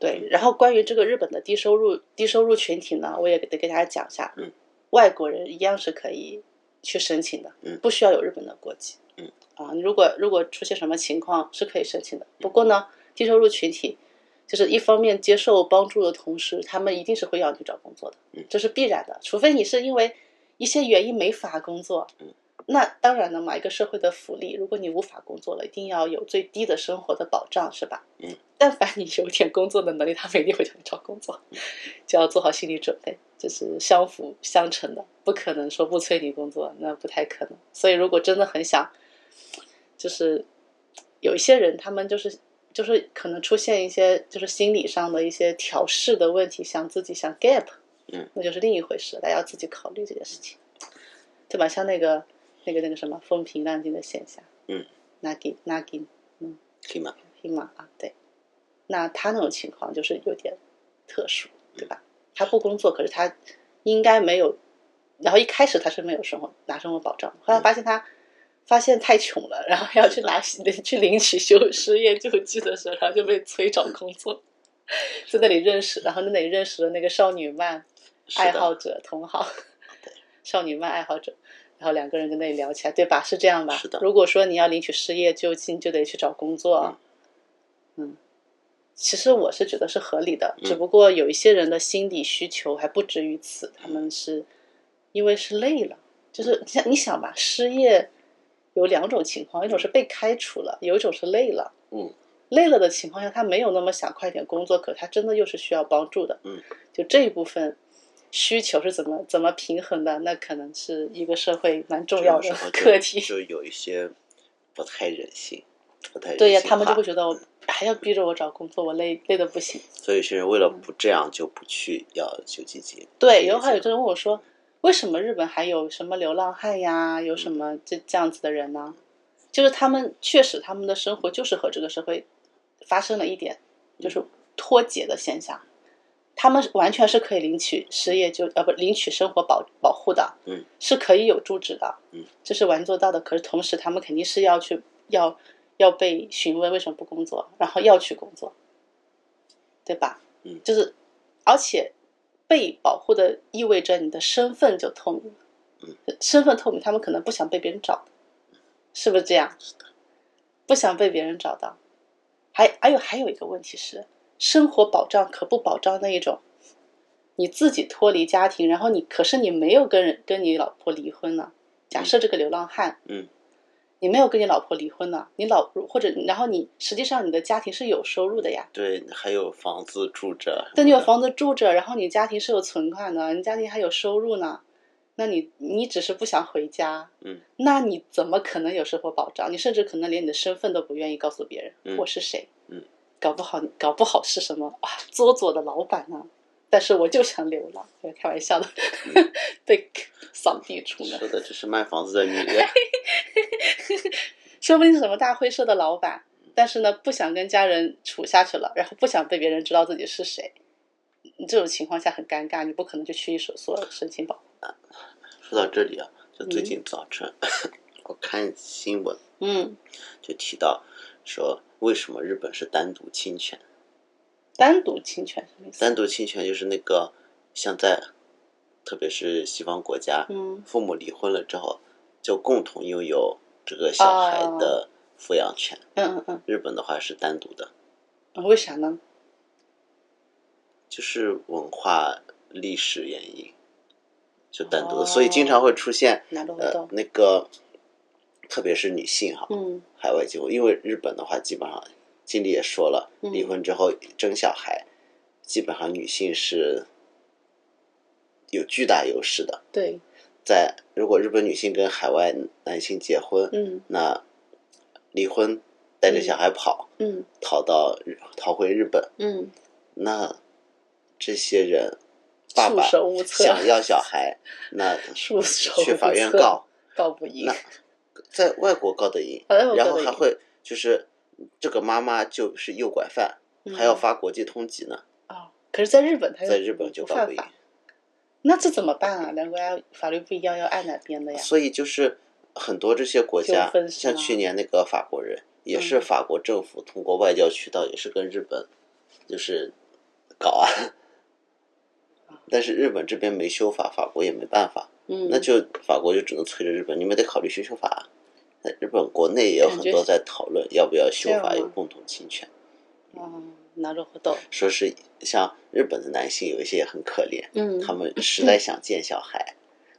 对，然后关于这个日本的低收入低收入群体呢，我也得给大家讲一下，
嗯，
外国人一样是可以去申请的，
嗯
不需要有日本的国籍，
嗯，
啊，你如果如果出现什么情况是可以申请的，
嗯
不过呢，低收入群体就是一方面接受帮助的同时，他们一定是会要你找工作的，
嗯
这是必然的，除非你是因为一些原因没法工作，
嗯。
那当然了嘛，一个社会的福利，如果你无法工作了，一定要有最低的生活的保障，是吧？ 但凡你有点工作的能力，他们一定会叫你找工作，就要做好心理准备，这是相辅相成的，不可能说不催你工作，那不太可能。所以，如果真的很想，就是有一些人，他们就是就是可能出现一些就是心理上的一些调试的问题，想自己想 gap，
嗯，
那就是另一回事，大家要自己考虑这件事情，对吧？像那个那个那个什么风平浪静的现象，
嗯
，nagin nagin
可以吗？
黑马啊，对。那他那种情况就是有点特殊，对吧？他不工作，可是他应该没有，然后一开始他是没有生活拿生活保障的，后来发现他发现太穷了，然后要去拿去领取休失业救济的时候，然后就被催找工作， 在那里认识，然后在那里认识了那个少女漫
是
爱
的啊
好者同好， 少女漫爱好者，然后两个人在那里聊起来，对吧？是这样吧？
是的
如果说你要领取失业救济，你就得去找工作。嗯其实我是觉得是合理的，
嗯
只不过有一些人的心理需求还不止于此，他们
嗯
是因为是累了，就是像你想吧，失业有两种情况，一种是被开除了，有一种是累了。
嗯，
累了的情况下，他没有那么想快点工作，可他真的又是需要帮助的。
嗯，
就这一部分需求是怎么怎么平衡的，那可能是一个社会蛮重要的
这个时候就
课题。
就有一些不太人性，不太人性
对呀、他们就
化
会觉得我还要逼着我找工作，我累累的不行。
所以有些人为了
嗯
不这样就不去要救济金。
对，
是
然后
这
还有
样
就人问我说，为什么日本还有什么流浪汉呀，有什么这这样子的人呢？就是他们确实他们的生活就是和这个社会发生了一点就是脱节的现象，他们完全是可以领取失业就呃不领取生活保保护的，
嗯，
是可以有住址的，
嗯，
这是完全做到的。可是同时他们肯定是要去要要被询问为什么不工作，然后要去工作，对吧？
嗯
就是而且被保护的意味着你的身份就透明了，身份透明，他们可能不想被别人找，是不是这样？不想被别人找到。还还有还有一个问题是，生活保障可不保障那一种，你自己脱离家庭，然后你可是你没有跟人跟你老婆离婚呢。假设这个流浪汉，
嗯，
你没有跟你老婆离婚呢，你老或者然后你实际上你的家庭是有收入的呀，
对，还有房子住着。
对，你有。房子住着，然后你家庭是有存款的，你家庭还有收入呢，那你你只是不想回家，
嗯，
那你怎么可能有生活保障？你甚至可能连你的身份都不愿意告诉别人，
嗯
我是谁，
嗯，
搞不好搞不好是什么啊，佐佐的老板呢、但是我就想流浪，开玩笑的，
嗯
被扫地出门，
说的这是卖房子的女人，
说不定是什么大会社的老板，但是呢，不想跟家人处下去了，然后不想被别人知道自己是谁，这种情况下很尴尬，你不可能就去一所所申请保护。
说到这里啊，就最近早晨、 我看新闻
嗯，
就提到说，为什么日本是单独侵权？
单独侵权什么意思？
单独侵权就是那个像在，特别是西方国家，
嗯
父母离婚了之后，就共同拥有这个小孩的抚养权。
嗯嗯
日本的话是单独的，
嗯，为啥呢？
就是文化历史原因，就单独的，
哦
所以经常会出现
哪都会
呃
动。
那个，特别是女性哈，
嗯
海外结婚，因为日本的话基本上经理也说了，
嗯
离婚之后争小孩，基本上女性是有巨大优势的。
对，
在如果日本女性跟海外男性结婚，
嗯
那离婚带着小孩跑，
嗯
逃到日逃回日本，
嗯，
那这些人爸
束
爸
手无策，
想要小孩，那
束手
去法院
无策
告，
告不赢
那。在外国告得赢，
呃
然后还会就是这个妈妈就是诱拐犯，还
嗯
要发国际通缉呢，
啊。可是，在日本他又
在日本就
不
告
犯
不赢。
法，那这怎么办啊？两国家法律不一样，要按哪边的呀？
所以就是很多这些国家
纠纷，是吗
像去年那个法国人，也是
嗯
法国政府通过外交渠道，也是跟日本就是搞啊。但是日本这边没修法，法国也没办法，
啊嗯，
那就法国就只能催着日本，你们得考虑修修法啊。那日本国内也有很
感觉
多在讨论要不要修
这
法，
样
有
吗
共同侵权，
嗯，拿着活动，
说是像日本的男性有一些也很可怜，
嗯，
他们实在想见小 孩，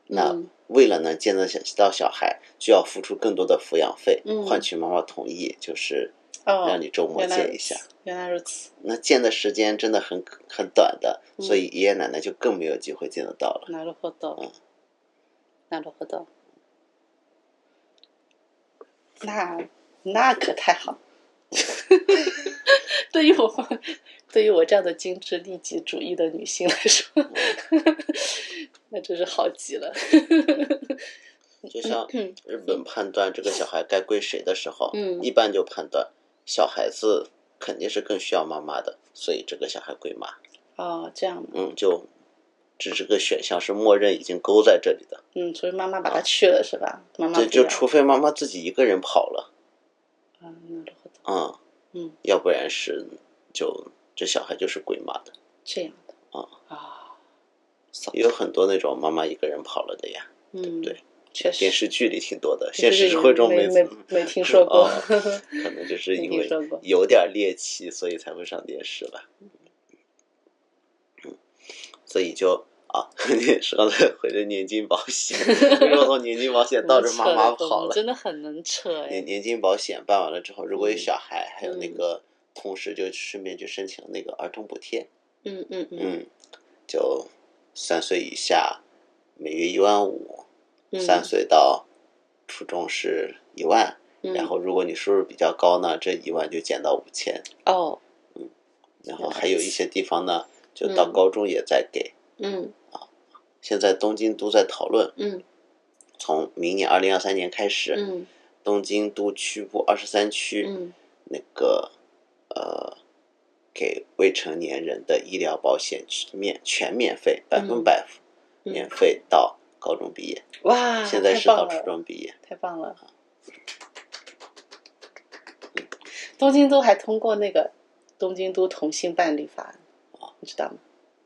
那
嗯
为了能见得到小孩，就要付出更多的抚养费，
嗯
换取妈妈同意，就是
哦，
让你周末
原来
见
如
一下。
此，原来如此，
那见的时间真的很很短的，
嗯
所以爷爷奶奶就更没有机会见得到了。
なるほど
嗯，
なるほど。那那可太好， 对于我对于我这样的精致利己主义的女性来说， 那真是好极了。
就像
嗯
日本判断这个小孩该归谁的时候，
嗯
一般就判断小孩子肯定是更需要妈妈的，所以这个小孩归妈。
哦，这样的，
嗯，就只是个选项是默认已经勾在这里的，
嗯，所以妈妈把她去了是吧？妈妈
对，
不
就
要
除非妈妈自己一个人跑了。
啊，なるほど，
嗯，
嗯，
要不然是就这小孩就是鬼妈的，
这样的
啊
啊，
也有很多那种妈妈一个人跑了的呀，
嗯，
对，
确
电
实。
视剧里挺多的，
这
现
个
实社会中
没
没
没没听说过。
哦可能就是因
没听
为
说过
有点猎奇，所以才会上电视了。嗯，所以就啊， 你是刚才回的年金保 险，为什么从年金保险倒着妈妈跑了？
真的很能扯
年
哎。
年金保险办完了之后，如果有
嗯
小孩，还有那
嗯
个同事就顺便去申请那个儿童补贴。
嗯嗯嗯
嗯，就三岁以下每月一万五，
嗯，
三岁到初中是一万，
嗯，
然后如果你收入比较高呢，这一万就减到五千，
哦，
然后
原来
还有
如
一
此
些地方呢，就到
嗯
高中也在给。
嗯
现在东京都在讨论，
嗯
从明年二零二三年开始，
嗯
东京都区部二十三区、
嗯，
那个呃，给未成年人的医疗保险全免全免费，百分百
嗯
免费到高中毕业，
哇，
现在
嗯啊太
是到
棒
初
了，
中毕业。
太棒了。东京都还通过那个《东京都同性伴侣法案》，你知道吗？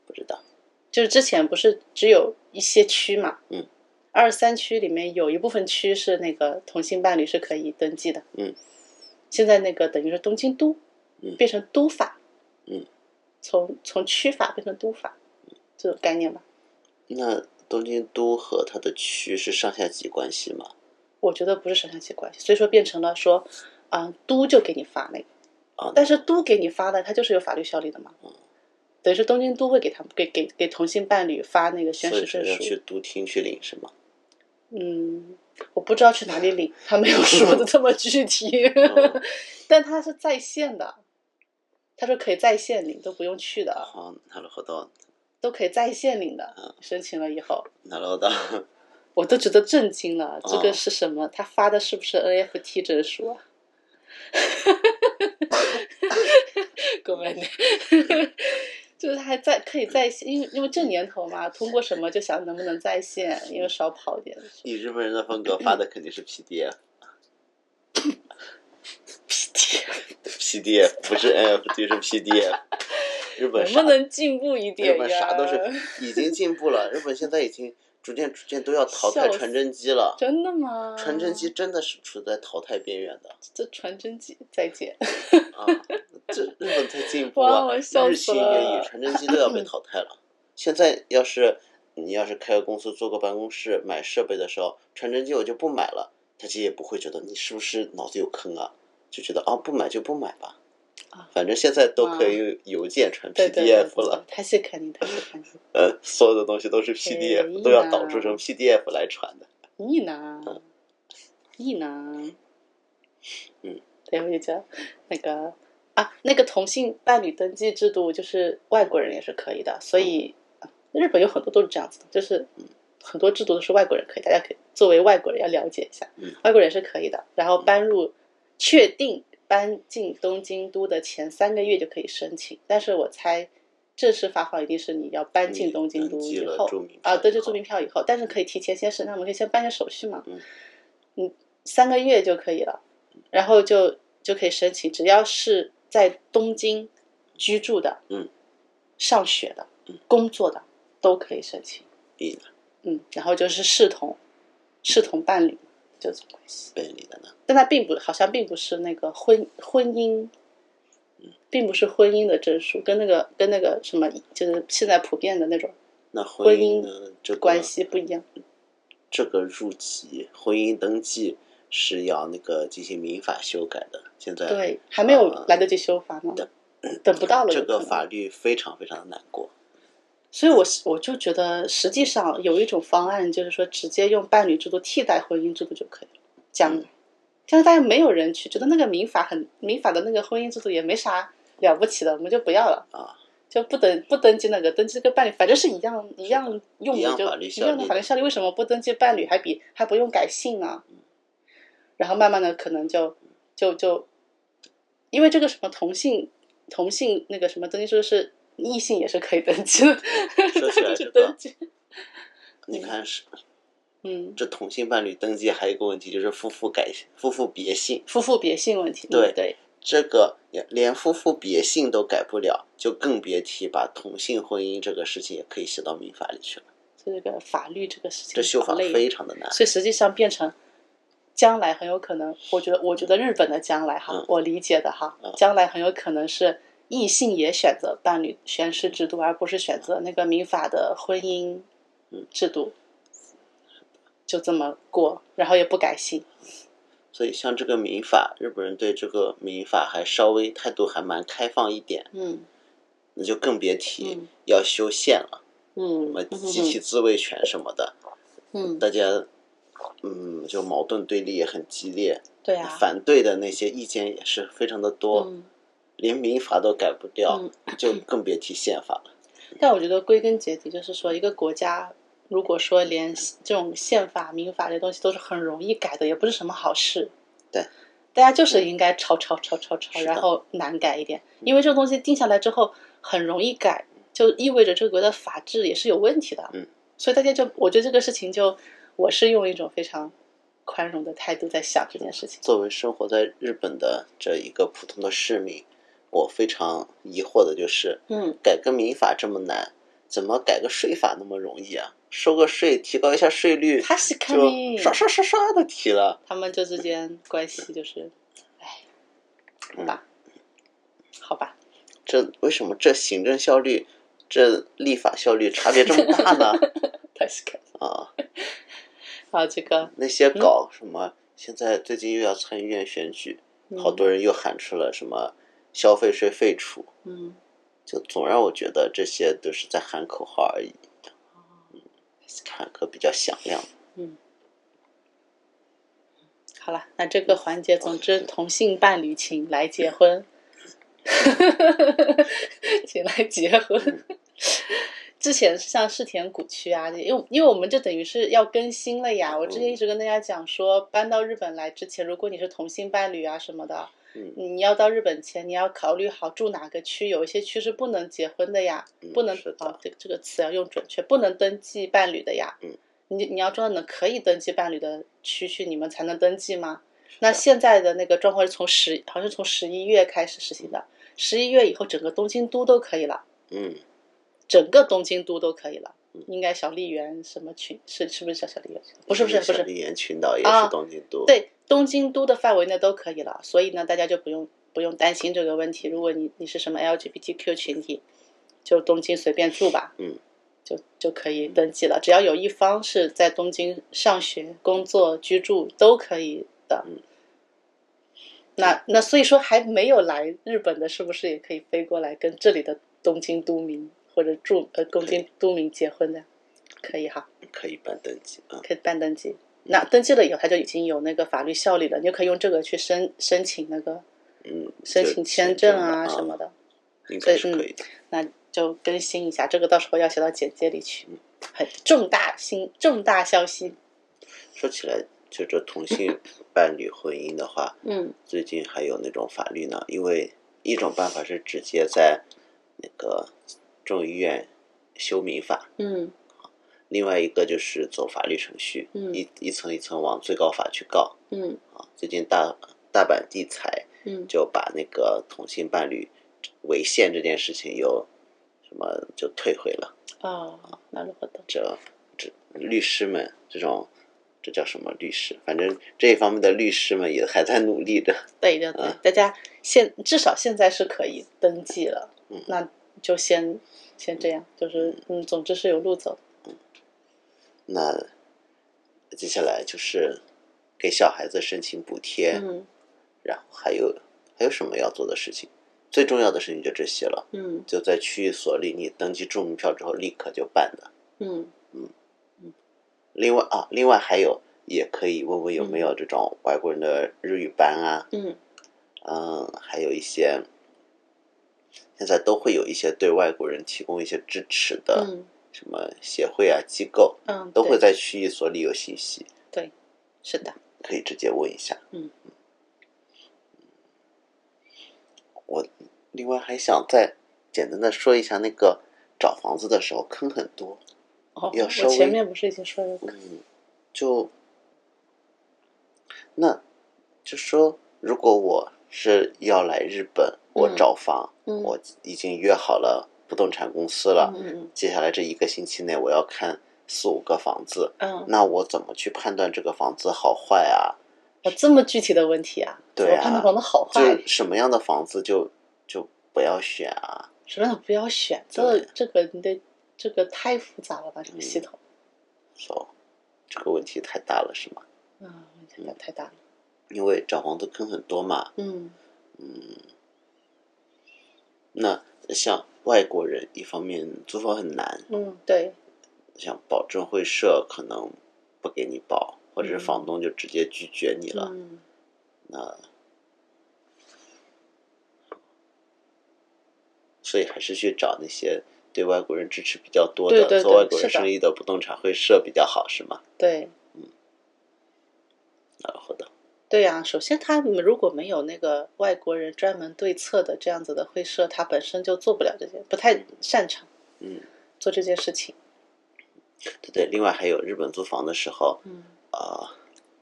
不知道，
就是之前不是只有一些区嘛，
嗯，
二三区里面有一部分区是那个同性伴侣是可以登记的，
嗯，
现在那个等于是东京都，
嗯
变成都法，
嗯，
从从区法变成都法，这种概念吧，
那东京都和它的区是上下级关系吗？
我觉得不是上下级关系，所以说变成了说，啊、都就给你发那个，
啊嗯
但是都给你发的，它就是有法律效力的嘛，等于是东京都会给他们给给给同性伴侣发那个宣
所
誓
以说
证
要
书，
去都厅去领是吗？
嗯，我不知道去哪里领，他 没有说的这么具体，
嗯
但他是在线的，他说可以在线领，都不用去的，
好，なるほど，
都可以在线领的
嗯。
申请了以后，
なるほ ど。
我都觉得震惊了，这个
哦
是什么？他发的是不是 NFT 证书啊？ ごめんね。 就是还在可以在线，因为因为这年头嘛，通过什么就想能不能在线，因为少跑点。
以日本人的风格 发的肯定是 PDF。PDF 不是 NF 就是 PDF。日本
能不
啥？
能进步一
日
点呀？
本啥都是已经进步了，日本现在已经逐渐逐渐都要淘汰
笑死
传真机了。
真啊的吗？
传真机真的是处在淘汰边缘的
这传真机 再见。
啊！这日本在进步
哇
啊，
我笑
日
死
新月
了
异，传真机都要被淘汰 了。现在要是你要是开个公司做个办公室买设备的时候，传真机我就不买了，大家也不会觉得你是不是脑子有坑啊，就觉得啊不买就不买吧
啊。
反正现在都可以用邮件传
对对对
PDF 了，，
他是肯定，他是肯定。
呃， 所有的东西都是
哎
PDF，
呀
都要导出成 PDF 来传的。
いいなぁいいなぁ
嗯，
对，我就觉得那个啊，那个同性伴侣登记制度，就是外国人也是可以的，所以、啊日本有很多都是这样子的，就是嗯很多制度都是外国人可以，大家可以作为外国人要了解一下，
嗯
外国人是可以的。然后搬入确定搬进东京都的前三个月就可以申请，但是我猜正式发放一定是你要搬进东京都
登记
以
了
后
住民
啊，对，
票以
就住
后
民票以后，但是可以提前先审，那我们可以先办些手续嘛，
嗯
嗯，三个月就可以了，然后就就可以申请，只要是在东京居住的，
嗯，
上学的
嗯，
工作的都可以申请，
いいな
嗯，然后就是视同视同伴侣这种关系。
便利的呢。
但它并不好像并不是那个婚婚姻，
嗯
并不是婚姻的证书，跟那个跟那个什么就是现在普遍的那种
那
婚
婚姻呢？这个
关系不一样。
这个入籍、婚姻登记是要那个进行民法修改的。现在
对，还没有
啊
来得及修法呢，等不到了
这
有可能。
个法律非常非常的难过。
所以我是我就觉得，实际上有一种方案，就是说直接用伴侣制度替代婚姻制度就可以了。将
嗯
来，将来大家没有人去觉得那个民法很民法的那个婚姻制度也没啥了不起的，我们就不要了
啊，
就不登不登记那个登记这个伴侣，反正是一样一样用
一
的
样
就
法律
一
效
样的
力
法律效力，为什么不登记伴侣还比还不用改姓啊呢？然后慢慢的可能就就就，因为这个什么同性同性那个什么登记制度是异性也是可以登记的，
说起来
去
这
登
个，
记。
你看是
嗯，
这同性伴侣登记还有一个问题，就是夫妇改夫妇别姓，
夫妇别姓问题，
对
嗯对，
这个也连夫妇别姓都改不了，就更别提把同性婚姻这个事情也可以写到民法里去了。
就这个法律这个事情，
这修法
好累啊
非常的难。
所以实际上变成将来很有可能，我觉得，我觉得日本的将来哈，
嗯
我理解的哈
嗯，
将来很有可能是异性也选择伴侣宣誓制度，而不是选择那个民法的婚姻
嗯
制度，就这么过，然后也不改姓。
所以像这个民法，日本人对这个民法还稍微态度还蛮开放一点。
嗯
那就更别提
嗯
要修宪了，什么
嗯
集体自卫权什么的，
嗯，
大家嗯就矛盾对立也很激烈，
对啊，
反对的那些意见也是非常的多，
嗯
连民法都改不掉，
嗯
就更别提宪法了。
但我觉得归根结底就是说，一个国家如果说连这种宪法、民法这东西都是很容易改的，也不是什么好事。
对，
大家就是应该抄抄抄抄抄，
是的
然后难改一点，因为这个东西定下来之后很容易改，就意味着这个国家的法治也是有问题的。
嗯，
所以大家就我觉得这个事情就我是用一种非常宽容的态度在想这件事情。
作为生活在日本的这一个普通的市民，我非常疑惑的就是，
嗯，
改个民法这么难，怎么改个税法那么容易啊？收个税，提高一下税率，
他是肯定
就刷刷刷刷的提了。
他们这之间关系就是，哎，好吧，好吧。
这为什么这行政效率、这立法效率差别这么大呢？
確かに。
啊，
啊，这个
那些搞什么，现在最近又要参议院选举，好，多人又喊出了什么消费税废除，
嗯，
就总让我觉得这些都是在喊口号而已，
哦
嗯
確か
喊个比较响 亮。
に好了，那这个环节，总之，同性伴侣请来结婚， 请来结婚。之前是像世田谷区啊，因为因为我们这等于是要更新了呀。我之前一直跟大家讲说，搬到日本来之前，如果你是同性伴侣啊什么的，
嗯
你要到日本前，你要考虑好住哪个区，有一些区是不能结婚的呀，
嗯
不能
是的
啊，这这个词要用准确，不能登记伴侣的呀。
嗯，
你你要知道呢，可以登记伴侣的区去，你们才能登记吗？那
的
现在的那个状况是从十，好像从十一月开始实行的，十一月以后整个东京都都可以了，
嗯，
整个东京都都可以了
嗯。
应该小笠原什么群是是不是叫小笠原？不是不是不
小
是，
笠原群岛也
啊
是东京都，，
对，东京都的范围内都可以了，所以呢，大家就不用不用担心这个问题。如果你你是什么 LGBTQ 群体，就东京随便住吧，
嗯，
就就可以登记了。只要有一方是在东京上学、工作、居住都可以的。
嗯
那那所以说还没有来日本的，是不是也可以飞过来跟这里的东京都民或者住呃东京都民结婚的？可以哈。
可以办登记啊。
可以办登记。那登记了以后，它就已经有那个法律效力了，你就可以用这个去申申请那个
嗯，
申
就
请签
签
证
啊
啊什么，的，
应该是
对嗯
可以的。
那就更新一下，这个到时候要写到简介里去。很重大新重大消息，
说起来，就这同性伴侣婚姻的话，
嗯
最近还有那种法律呢，因为一种办法是直接在那个众议院修民法，
嗯
另外一个就是走法律程序，
嗯
一一层一层往最高法去告
嗯
啊。最近大大阪地裁
嗯
就把那个同性伴侣违宪这件事情又什么就退回了，
哦，なるほど。
这这律师们这种。这叫什么律师？反正这一方面的律师们也还在努力着。
对对对，大家现至少现在是可以登记了，
嗯
那就先先这样，就是嗯，总之是有路走。
那接下来就是给小孩子申请补贴，
嗯
然后还有还有什么要做的事情？最重要的事情就这些了，
嗯
就在区域所里你登记住民票之后立刻就办的。
嗯
另外啊，另外还有也可以问问有没有这种外国人的日语班啊，
嗯
嗯，还有一些现在都会有一些对外国人提供一些支持的
嗯
什么协会啊、机构，
嗯，
都会
对
在区域所里有信息，
是的。
可以直接问一下。
嗯，
我另外还想再简单的说一下那个找房子的时候坑很多，
哦，
要
我
稍微
前面不是已经说了？
嗯，就那就说如果我是要来日本，我
嗯
找房，
嗯
我已经约好了不动产公司了，
嗯
接下来这一个星期内我要看四五个房子，
嗯嗯，
那我怎么去判断这个房子好坏啊？
我哦这么具体的问题啊，
对啊
怎么判断房的好
就
坏，
什么样的房子就就不要选啊？
什么样的不要选，这
对
这个你得这个太复杂了吧？这个
嗯
系统，
so, 这个问题太大了是吗？
啊，问题
嗯
太大了。
因为找房子坑很多嘛，
嗯
那像外国人，一方面租房很难，
嗯，对，
像保证会社可能不给你保，或者是房东就直接拒绝你了。
嗯
那所以还是去找那些对外国人支持比较多的、
对对对
做外国人
是的
生意的不动产会社比较好，是吗？
对
然后的，
对呀、首先，他们如果没有那个外国人专门对策的这样子的会社，他本身就做不了这些，不太擅长
嗯，
做这件事情。
对对。另外还有日本租房的时候，
嗯
呃，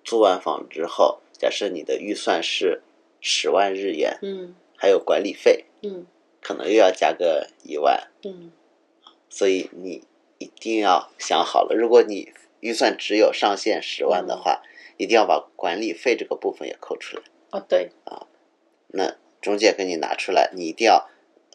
租完房之后，假设你的预算是十万日元，
嗯
还有管理费，
嗯
可能又要加个一万，
嗯
所以你一定要想好了，如果你预算只有上限十万的
嗯
话，一定要把管理费这个部分也扣出来。
哦，对，
那中介给你拿出来，你一定要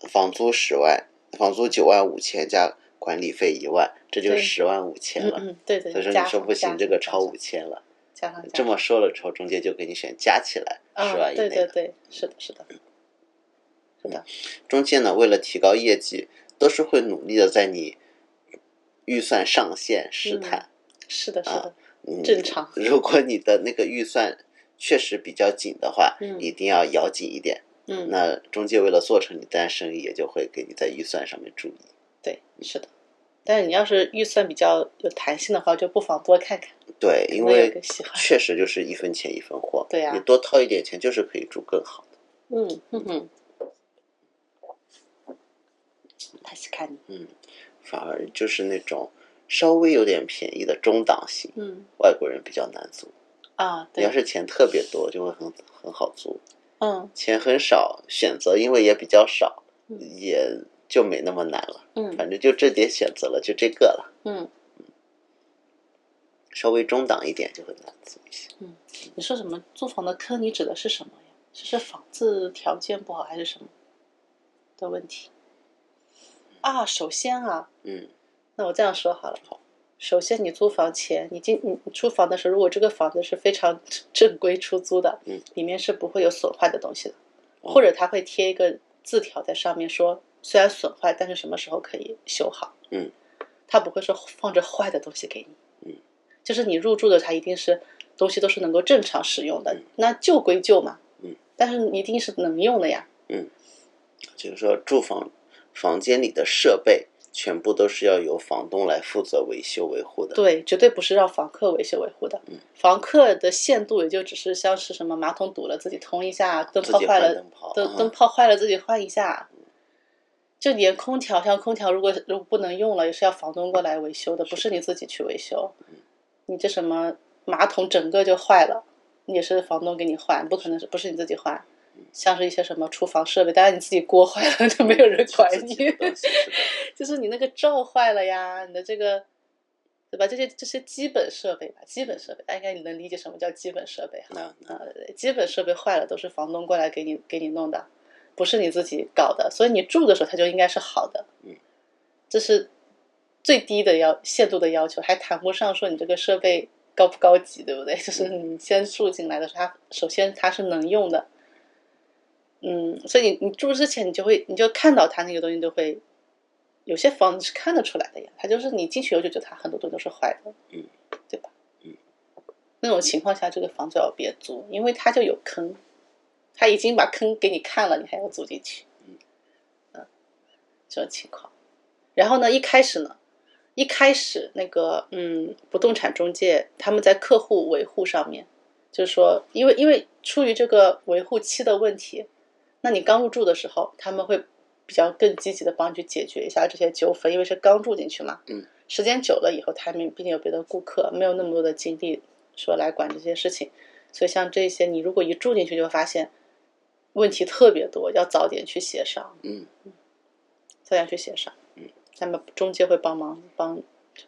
房租十万，房租九万五千加管理费一万，这就
对
十万五千
嗯
了。
嗯对对，
所以说
加
你说
上
不
加
行，
上
这个
加
超
上
五千了。
加上
这
加
么
上
说了之后，中介就给你选加起来
啊，
十万以
对
内
对
的。
对，是的，是的，是的，
中介呢，为了提高业绩，都是会努力的在你预算上限试探。
是的，是的，
嗯
嗯正常
如果你的那个预算确实比较紧的话，
嗯
一定要咬紧一点。
嗯，
那中介为了做成你这单生意，也就会给你在预算上面注意。
对，是的。但是你要是预算比较有弹性的话，就不妨多看看，
对，
可
因
能有
为
个喜欢。
确实就是一分钱一分货。
对呀啊
你多掏一点钱，就是可以住更好的。
嗯哼哼。他是看你，
反而就是那种稍微有点便宜的中档型，
嗯
外国人比较难租。
啊，
你要
对，
是钱特别多，就会很很好租；
嗯
钱很少，选择因为也比较少，
嗯
也就没那么难了。
嗯
反正就这点选择了，就这个了。
嗯，
稍微中档一点就会难租一些。
你说什么租房的坑？你指的是什么呀？是是房子条件不好还是什么的问题？啊，首先啊，
嗯
那我这样说好了，首先你租房前，你进你你出房的时候，如果这个房子是非常正规出租的，
嗯，
里面是不会有损坏的东西的，
哦
或者他会贴一个字条在上面说，虽然损坏，但是什么时候可以修好，
嗯，
他不会说放着坏的东西给你，
嗯，
就是你入住的，他一定是东西都是能够正常使用的，
嗯
那旧归旧嘛，
嗯，
但是一定是能用的呀，
就是说住房房间里的设备全部都是要由房东来负责维修维护的。
对，绝对不是让房客维修维护的。
嗯
房客的限度也就只是像是什么马桶堵了自己通一下，灯
自
泡
己
坏
换
了
灯泡，
灯
嗯
灯泡坏了自己换一下。就连空调，像空调如果如果不能用了，也是要房东过来维修的，不是你自己去维修。
嗯
你这什么马桶整个就坏了，你也是房东给你换，不可能是不是你自己换。
嗯
像是一些什么厨房设备，当然你自己锅坏了就没有人管
自
你。
己的东西是的
就是你那个罩坏了呀，你的这个，对吧？这些这些基本设备吧，基本设备，大家应该你能理解什么叫基本设备哈？
那那
啊，对基本设备坏了都是房东过来给你给你弄的，不是你自己搞的，所以你住的时候它就应该是好的。
嗯，
这是最低的要限度的要求，还谈不上说你这个设备高不高级，对不对？就是你先住进来的时候，它首先它是能用的。嗯，所以你你住之前，你就会你就看到它那个东西，就会有些房子是看得出来的呀。它就是你进去以后就觉得它很多东西都是坏的，
嗯，
对吧？
嗯，
那种情况下，这个房最好别租，因为它就有坑，他已经把坑给你看了，你还要租进去，嗯，这种情况。然后呢，一开始呢，一开始那个嗯，不动产中介他们在客户维护上面，就是说，因为因为出于这个维护期的问题，那你刚入住的时候，他们会比较更积极的帮你去解决一下这些纠纷，因为是刚住进去嘛。
嗯。
时间久了以后，他们毕竟有别的顾客，没有那么多的精力说来管这些事情，所以像这些，你如果一住进去，就会发现问题特别多，要早点去协商。
嗯。
早点去协商。
嗯。
他们中介会帮忙帮。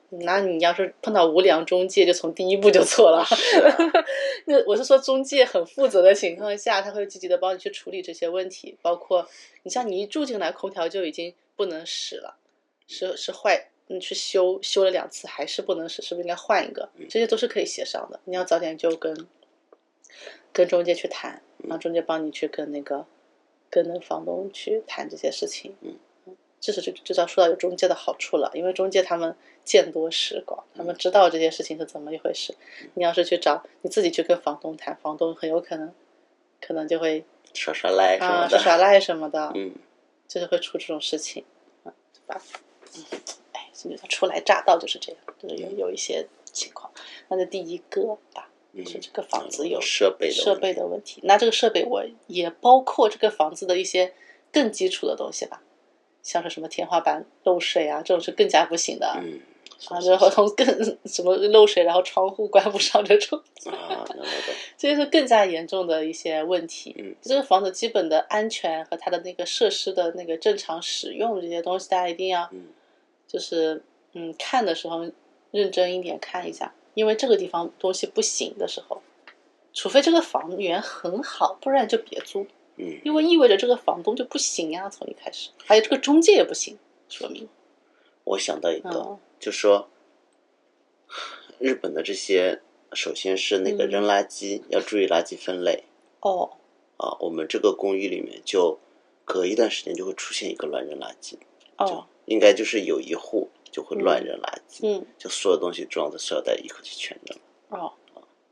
那你要是碰到无良中介，就从第一步就错了。
是啊，
那我是说，中介很负责的情况下，他会积极的帮你去处理这些问题，包括你像你一住进来，空调就已经不能使了，是是坏，你去修修了两次还是不能使，是不是应该换一个
嗯？
这些都是可以协商的，你要早点就跟跟中介去谈，然后中介帮你去跟那个跟那个房东去谈这些事情。
嗯，
这是就就要说到有中介的好处了，因为中介他们见多识广，他们知道这件事情是怎么一回事。你要是去找你自己去跟房东谈，房东很有可能可能就会
耍耍赖什
啊
么
耍
的，
耍赖什么的，
嗯，
就是会出这种事情，啊，对吧？哎，所以说初来乍到就是这样，就是有有一些情况。那就第一个吧，
嗯
是这个房子有
设备的
设
问
备
题
的问题。那这个设备我也包括这个房子的一些更基础的东西吧，像是什么天花板漏水啊，这种是更加不行的。
嗯，
啊，
是
然后更 什么漏水，然后窗户关不上这种，
是啊， 那我懂，
这是更加严重的一些问题。
嗯，
这个房子基本的安全和它的那个设施的那个正常使用这些东西，大家一定要
嗯
就是嗯看的时候认真一点看一下，因为这个地方东西不行的时候，除非这个房源很好，不然就别租，
嗯，
因为意味着这个房东就不行呀，从一开始，还有这个中介也不行，说明
我想到一个，
嗯
就说日本的这些，首先是那个
嗯
扔垃圾要注意垃圾分类
哦
啊，我们这个公寓里面就隔一段时间就会出现一个乱扔垃圾，
哦
应该就是有一户就会乱扔垃圾，
嗯
就所有东西装在塑料袋一口气全扔。
哦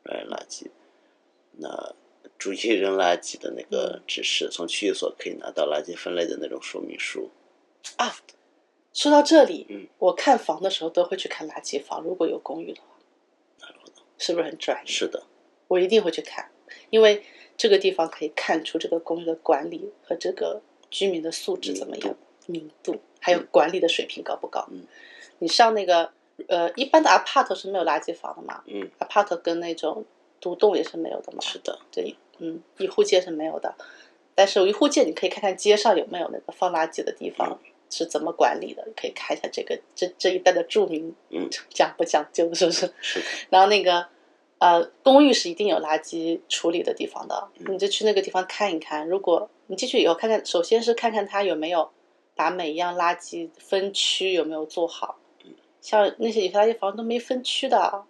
乱扔垃圾。那逐一扔垃圾的那
嗯
个指示，从区域所可以拿到垃圾分类的那种说明书。
啊，说到这里，
嗯
我看房的时候都会去看垃圾房，如果有公寓的话，是不是很专业？
是的，
我一定会去看，因为这个地方可以看出这个公寓的管理和这个居民的素质怎么样，明度，还有管理的水平高不高。
嗯
你上那个呃一般的 apart 是没有垃圾房的嘛
嗯，
，apart 跟那种独栋也是没有的嘛，
是的，
对，嗯，一户街是没有的，但是一户街你可以看看街上有没有那个放垃圾的地方。是怎么管理的？你可以看一下这个这这一带的住民，
嗯，
讲不讲究，是不是？
是的，
然后那个呃，公寓是一定有垃圾处理的地方的，
嗯
你就去那个地方看一看。如果你进去以后看看，首先是看看它有没有把每一样垃圾分区有没有做好，
嗯
像那些有些垃圾房都没分区的。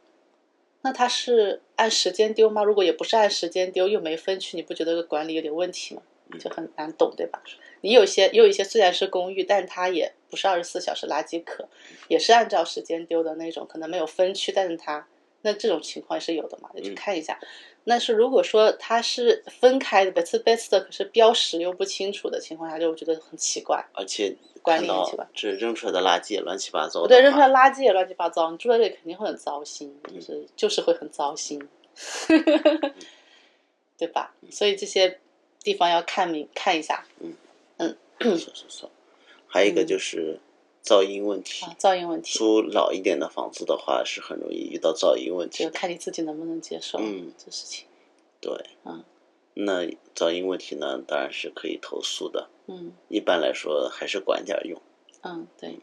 那它是按时间丢吗？如果也不是按时间丢，又没分区，你不觉得这个管理有点问题吗？
嗯
就很难懂，对吧？你有些也有一些虽然是公寓，但它也不是二十四小时垃圾可，也是按照时间丢的那种，可能没有分区，但是它那这种情况也是有的嘛，就去
嗯
看一下。但是如果说它是分开的，best best 的，可是标识又不清楚的情况下，就我觉得很奇怪。
而且
管
看
理很奇怪
到这扔出来的垃圾也乱七八糟的话，
对，扔出来垃圾也乱七八糟，你住在这里肯定会很糟心，
嗯
就是就是会很糟心， 对吧？
嗯
所以这些地方要看明看一下
是是是，还有一个
嗯
就是噪音问题。
啊，噪音问题，
租老一点的房子的话，是很容易遇到噪音问题
就
的。
看你自己能不能接受
嗯
这事情。
对，
嗯
那噪音问题呢，当然是可以投诉的。
嗯
一般来说，还是管点儿用。
嗯，对。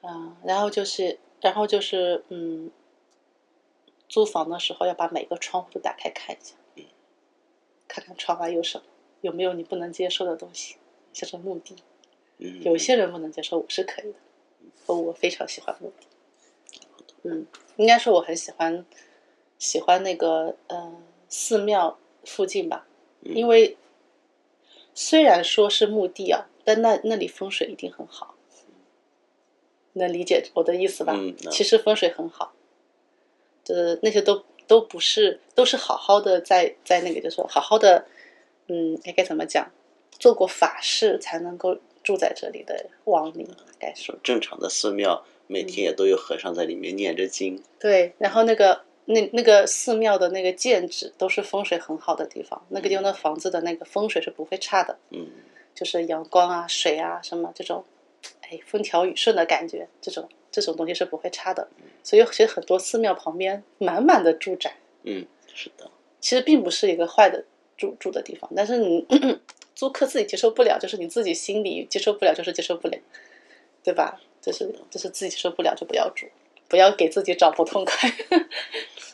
啊，然后就是，然后就是，嗯，租房的时候要把每个窗户都打开看一下，嗯看看窗外有什么，有没有你不能接受的东西，像是墓地。
嗯，
有些人不能接受，我是可以的。我非常喜欢墓地。嗯，应该说我很喜欢喜欢那个呃寺庙附近吧，
嗯
因为虽然说是墓地啊，但那那里风水一定很好。能理解我的意思吧？
嗯能
其实风水很好，呃，那些都都不是，都是好好的在在那个，就是说好好的，嗯，哎该怎么讲？做过法事才能够住在这里的亡灵，该说
正常的寺庙每
嗯
天也都有和尚在里面念着经。
对。然后那个那那个寺庙的那个建制都是风水很好的地方，那个地方的房子的那个风水是不会差的，
嗯，
就是阳光啊、水啊什么这种，哎，风调雨顺的感觉，这种这种东西是不会差的。所以其实很多寺庙旁边满满的住宅，
嗯，是的，
其实并不是一个坏的住住的地方，但是你租客自己接受不了，就是你自己心里接受不了，就是接受不了，对吧？就是就是自己接受不了就不要住，不要给自己找不痛快。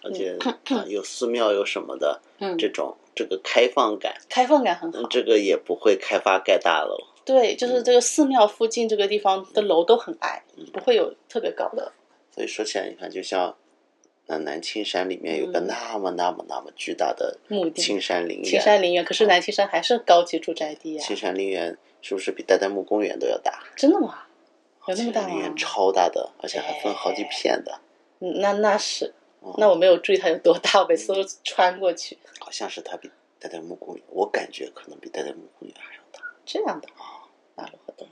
而 且、啊有寺庙有什么的，
嗯
这种这个开放感，
开放感很好
嗯，这个也不会开发盖大楼。
对，就是这个寺庙附近这个地方的楼都很矮，不会有特别高的。
所以说起来，你看，就像那南青山里面有个
嗯
那么那么那么巨大的
墓地
青山陵园，
青山陵园，可是
啊
南青山还是高级住宅地呀、
青山陵园是不是比代代木公园都要大？
真的吗？有那么大
青山陵园
吗？哎
超大的，而且还分好几片的，
嗯那那是
哦，
那我没有注意它有多大，我每次都穿过去。
好像是它比代代木公园，我感觉可能比代代木公园还要大。
这样的，なるほど。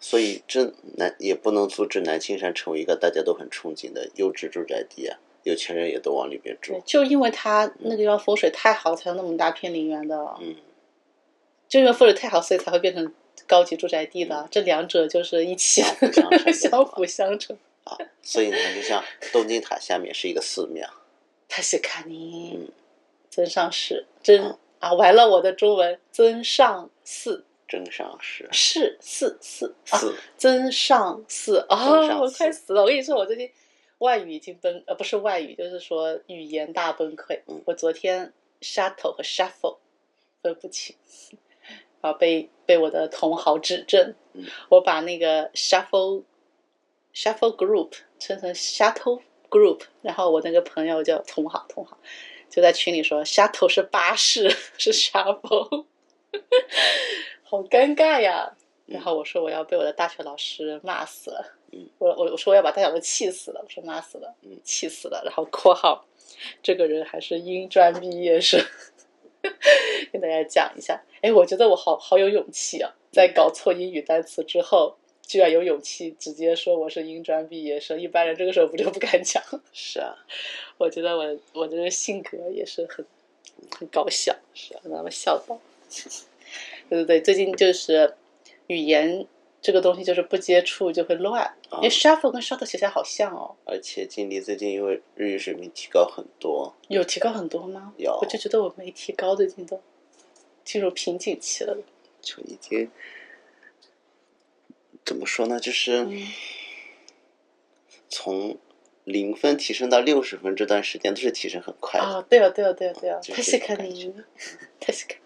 所以这南也不能阻止南青山成为一个大家都很憧憬的优质住宅地啊，有钱人也都往里边
对
住，。
就因为它那个地方风水太好，才有那么大片陵园的。
嗯，
就因为风水太好，所以才会变成高级住宅地的。这两者嗯 就是一起
相辅相成的
的，嗯相辅相成。
所以你看，就像东京塔下面是一个寺庙，
他是卡尼
嗯，
增上寺，增
啊
啊，完了我的中文，增上寺
真上是
是寺寺啊，
寺，
增上寺
增
啊，
上
我
寺
快死了！我跟你说，我最近外语已经崩，呃，不是外语，就是说语言大崩溃。
嗯
我昨天 shuttle 和 shuffle 分不清， 然后被被我的同行指正，
嗯
我把那个 shuffle shuffle group 称成 shuttle group，然后我那个朋友叫同行同行，就在群里说 shuttle 是巴士， 是 shuffle，好尴尬呀。然后我说我要被我的大学老师骂死了，
嗯
我我我说我要把大小都气死了，我说骂死了，
嗯
气死了。然后括号，这个人还是英专毕业生， 跟大家讲一下。哎，我觉得我好好有勇气啊，在搞错英语单词之后，居然有勇气直接说我是英专毕业生，一般人这个时候不就不敢讲。
是啊，
我觉得我我这个性格也是很很搞笑，是让他们笑到。 对对对，最近就是语言这个东西，就是不接触就会乱。
啊
因为 shuffle 跟 shuffle 写起来好像哦，
而且经理最近因为日语水平提高很多，
有提高很多吗？
有
我就觉得我没提高，最近都进入瓶颈期了。
就已经怎么说呢？就是
嗯
从零分提升到六十分这段时间都是提升很快的。
啊，对哦，对哦，对哦，对哦，
就
確
是这
か
种感
に，確かに。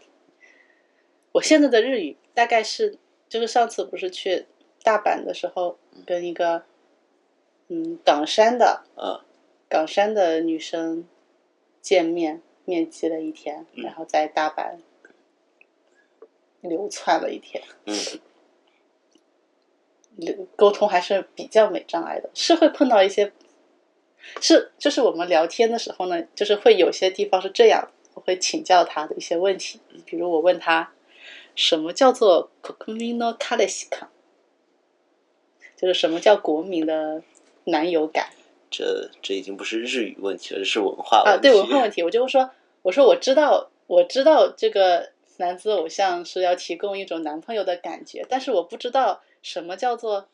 我现在的日语大概是，就是上次不是去大阪的时候，跟一个嗯冈山的
啊，
冈山的女生见面面基了一天，
嗯
然后在大阪流窜了一天，
嗯，
流沟通还是比较没障碍的，是会碰到一些，是就是我们聊天的时候呢，就是会有些地方是这样，我会请教他的一些问题，
嗯
比如我问他什么叫做 “kokumi no k a r e s i k a 就是什么叫国民的男友感。
这这已经不是日语问题了，这是文化问
啊，
题。
对文化问题，我就说，我说我知道，我知道这个男子偶像是要提供一种男朋友的感觉，但是我不知道什么叫做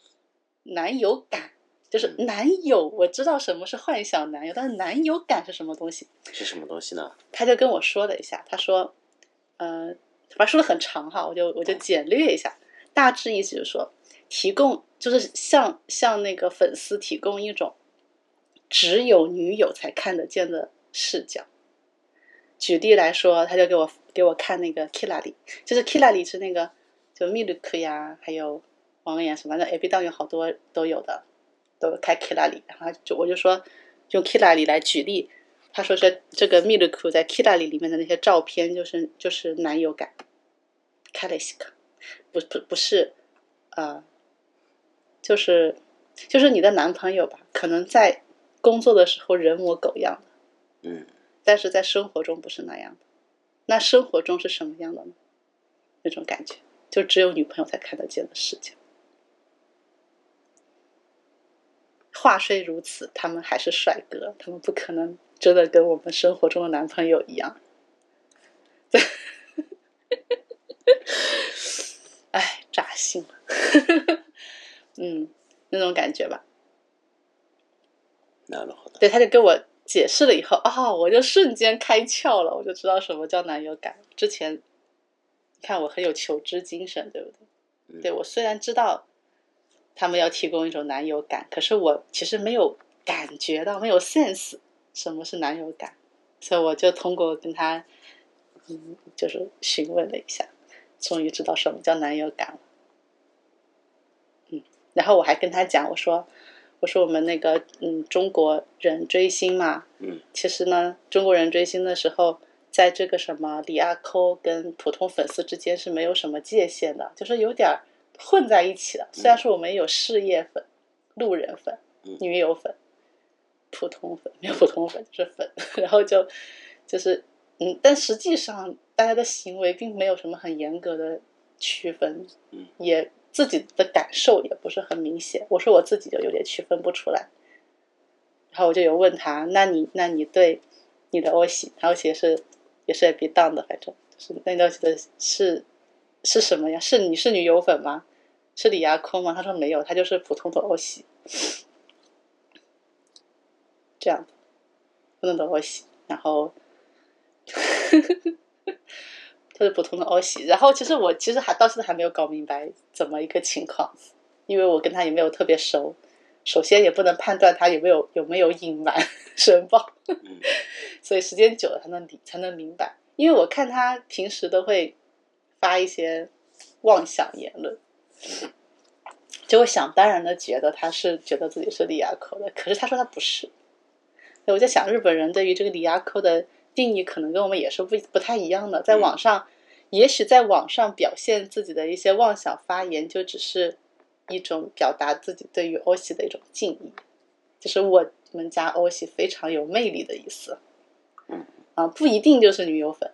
男友感，就是男友，我知道什么是幻想男友，但是男友感是什么东西？
是什么东西呢？
他就跟我说了一下，他说，呃，反正说的很长哈，我就我就简略一下，大致意思就是说，提供就是向向那个粉丝提供一种只有女友才看得见的视角。举例来说，他就给我给我看那个 Kila 里，就是 Kila 里是那个就 Milk 呀，还有王源什么的，A B 档有好多都有的，都开 Kila 里，然后他就我就说用 Kila 里来举例，他说这这个 Milk 在 Kila 里里面的那些照片，就是就是男友感 k a l i s k 不不不是，呃，就是就是你的男朋友吧，可能在工作的时候人模狗样的，
嗯，
但是在生活中不是那样的。那生活中是什么样的呢？那种感觉，就只有女朋友才看得见的世界。话虽如此，他们还是帅哥，他们不可能真的跟我们生活中的男朋友一样。 哎，扎心了。 嗯，那种感觉吧。
那了好的。
对，他就跟我解释了以后，啊、我就瞬间开窍了，我就知道什么叫男友感。之前，你看我很有求知精神，对不对？
嗯
对我虽然知道他们要提供一种男友感，可是我其实没有感觉到，没有 sense 什么是男友感，所以我就通过跟他，嗯，就是询问了一下，终于知道什么叫男友感了。嗯，然后我还跟他讲，我说。我说我们那个嗯中国人追星嘛，
嗯，
其实呢，中国人追星的时候，在这个什么里亚扣跟普通粉丝之间是没有什么界限的，就是有点儿混在一起的。虽然说我们有事业粉、路人粉
嗯、
女友粉、普通粉，没有普通粉就是粉， 然后就就是嗯，但实际上大家的行为并没有什么很严格的区分，
嗯，
也自己的感受也不是很明显。我说我自己就有点区分不出来。然后我就有问他，那你那你对你的欧喜，他欧喜也是也是 B 档的，反正就是那你欧喜的是是什么呀？是你是女友粉吗？是李亚坤吗？他说没有，他就是普通的欧喜，这样的普通的欧喜，然后就是普通的欧喜。然后其实我其实还到现在还没有搞明白怎么一个情况，因为我跟他也没有特别熟。首先也不能判断他有没有有没有隐瞒 申报，
嗯
所以时间久了才能理才能明白。因为我看他平时都会发一些妄想言论，就会想当然的觉得他是觉得自己是李亚扣的，可是他说他不是。所以我在想，日本人对于这个李亚扣的定义可能跟我们也是不不太一样的，在网上，也许在网上表现自己的一些妄想发言，就只是一种表达自己对于欧系的一种敬意，就是我们家欧系非常有魅力的意思。
嗯，
啊，不一定就是女友 粉，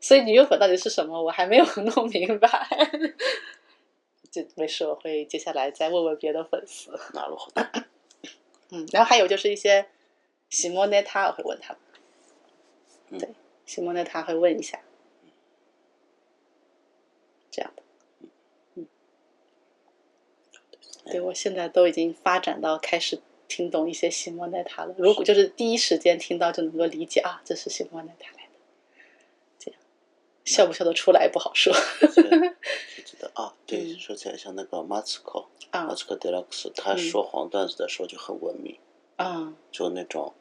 所以女友粉到底是什么，我还没有弄明白。 就没事，我会接下来再问问别的粉丝。
なるほ ど。
嗯，然后还有就是一些喜莫内塔，我会问他们。
嗯
对，喜莫内塔会问一下，这样的。嗯，对我现在都已经发展到开始听懂一些喜莫内塔了。如果就是第一时间听到就能够理解啊，这是喜莫内塔来的，这样笑不笑得出来不好说
就觉得啊，对，
嗯
说起来像那个马斯克，
啊
马斯克·迪拉克斯，他
嗯
说黄段子的时候就很文明，
啊
就那种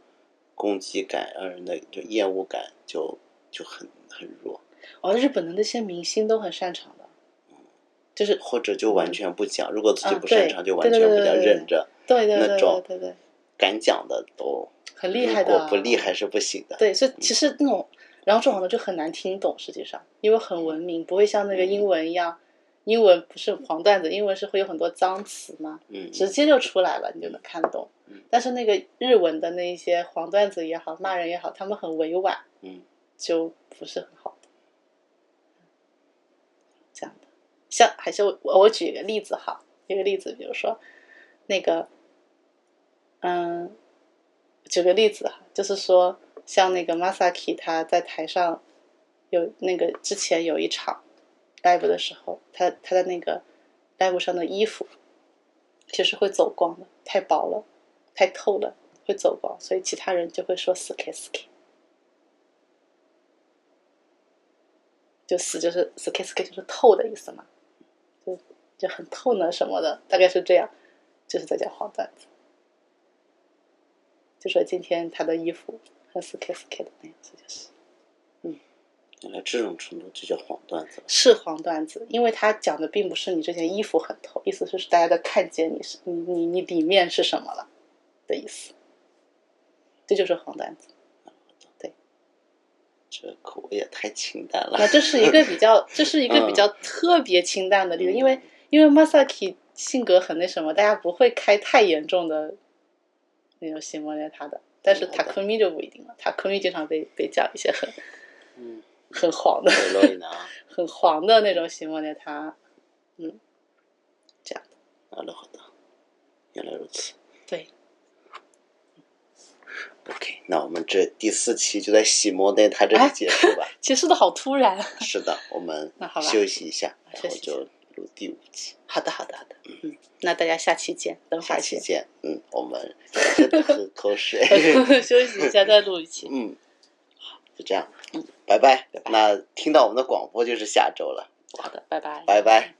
攻击感让人的就厌恶感就就很很弱，
哦，日本的那些明星都很擅长的，
嗯
就是
或者就完全不讲，如果自己
啊
不
嗯对
擅长就完
对对
全
对
不
对
讲，
对
忍着。
对对对
那种
对对对，
敢讲的都
很厉害的
如
啊、
果不厉害是不行的。
对，所以其实那种，然后这种的就很难听懂，实际上，因为很文明，不会
嗯
像那个英文一样，英文不是黄段子，英文是会有很多脏词嘛，
嗯，
直接就出来了，你就能看懂
嗯。
但是那个日文的那一些黄段子也好，骂人也好，他们很委婉，
嗯，
就不是很好的。这样的，像还是我我举一个例子哈，一个例子，比如说那个，嗯，举个例子哈，就是说像那个 Masaki 他在台上有那个之前有一场 live 的时候，他他的那个 live 上的衣服其实会走光的，太薄了，太透了，会走光，所以其他人就会说 s k s k 就死就是 s k s k 就是透的意思嘛，就就很透呢什么的，大概是这样，就是在讲黄段子。就说今天他的衣服很 s k s k 的那样子，就是
原来这种程度就叫黄段子了。
是黄段子，因为他讲的并不是你这件衣服很透，意思是大家都看见你是你你你里面是什么了的意思，这就是黄段子。
这口味也太清淡了
那。这是一个比较，这是一个比
嗯
较特别清淡的例子，因为因为 Masaki 性格很那什么，大家不会开太严重的那种喜莫内他的，但是
好的
Takumi 就不一定了，Takumi 经常被被讲一些很
嗯，
很黄 的。
很容易呢。
很黄的那种喜莫内塔，嗯，这样的，
なるほど。原来如此。
对，
OK，那我们这第四期就在喜摩内塔这里结束吧。
结束的好突然。啊
是的，我们
哎 那好吧啊
休息一下，然
休
后
息一下
就录第五期，
好的，好的，好的，嗯，那大家下期见，等
下
下
期
期
见。嗯，我们喝口 水。
休息一下再录一期。
嗯，就嗯这样，拜拜。那听到我们的广播就是下周了。
好的，拜拜，
拜拜。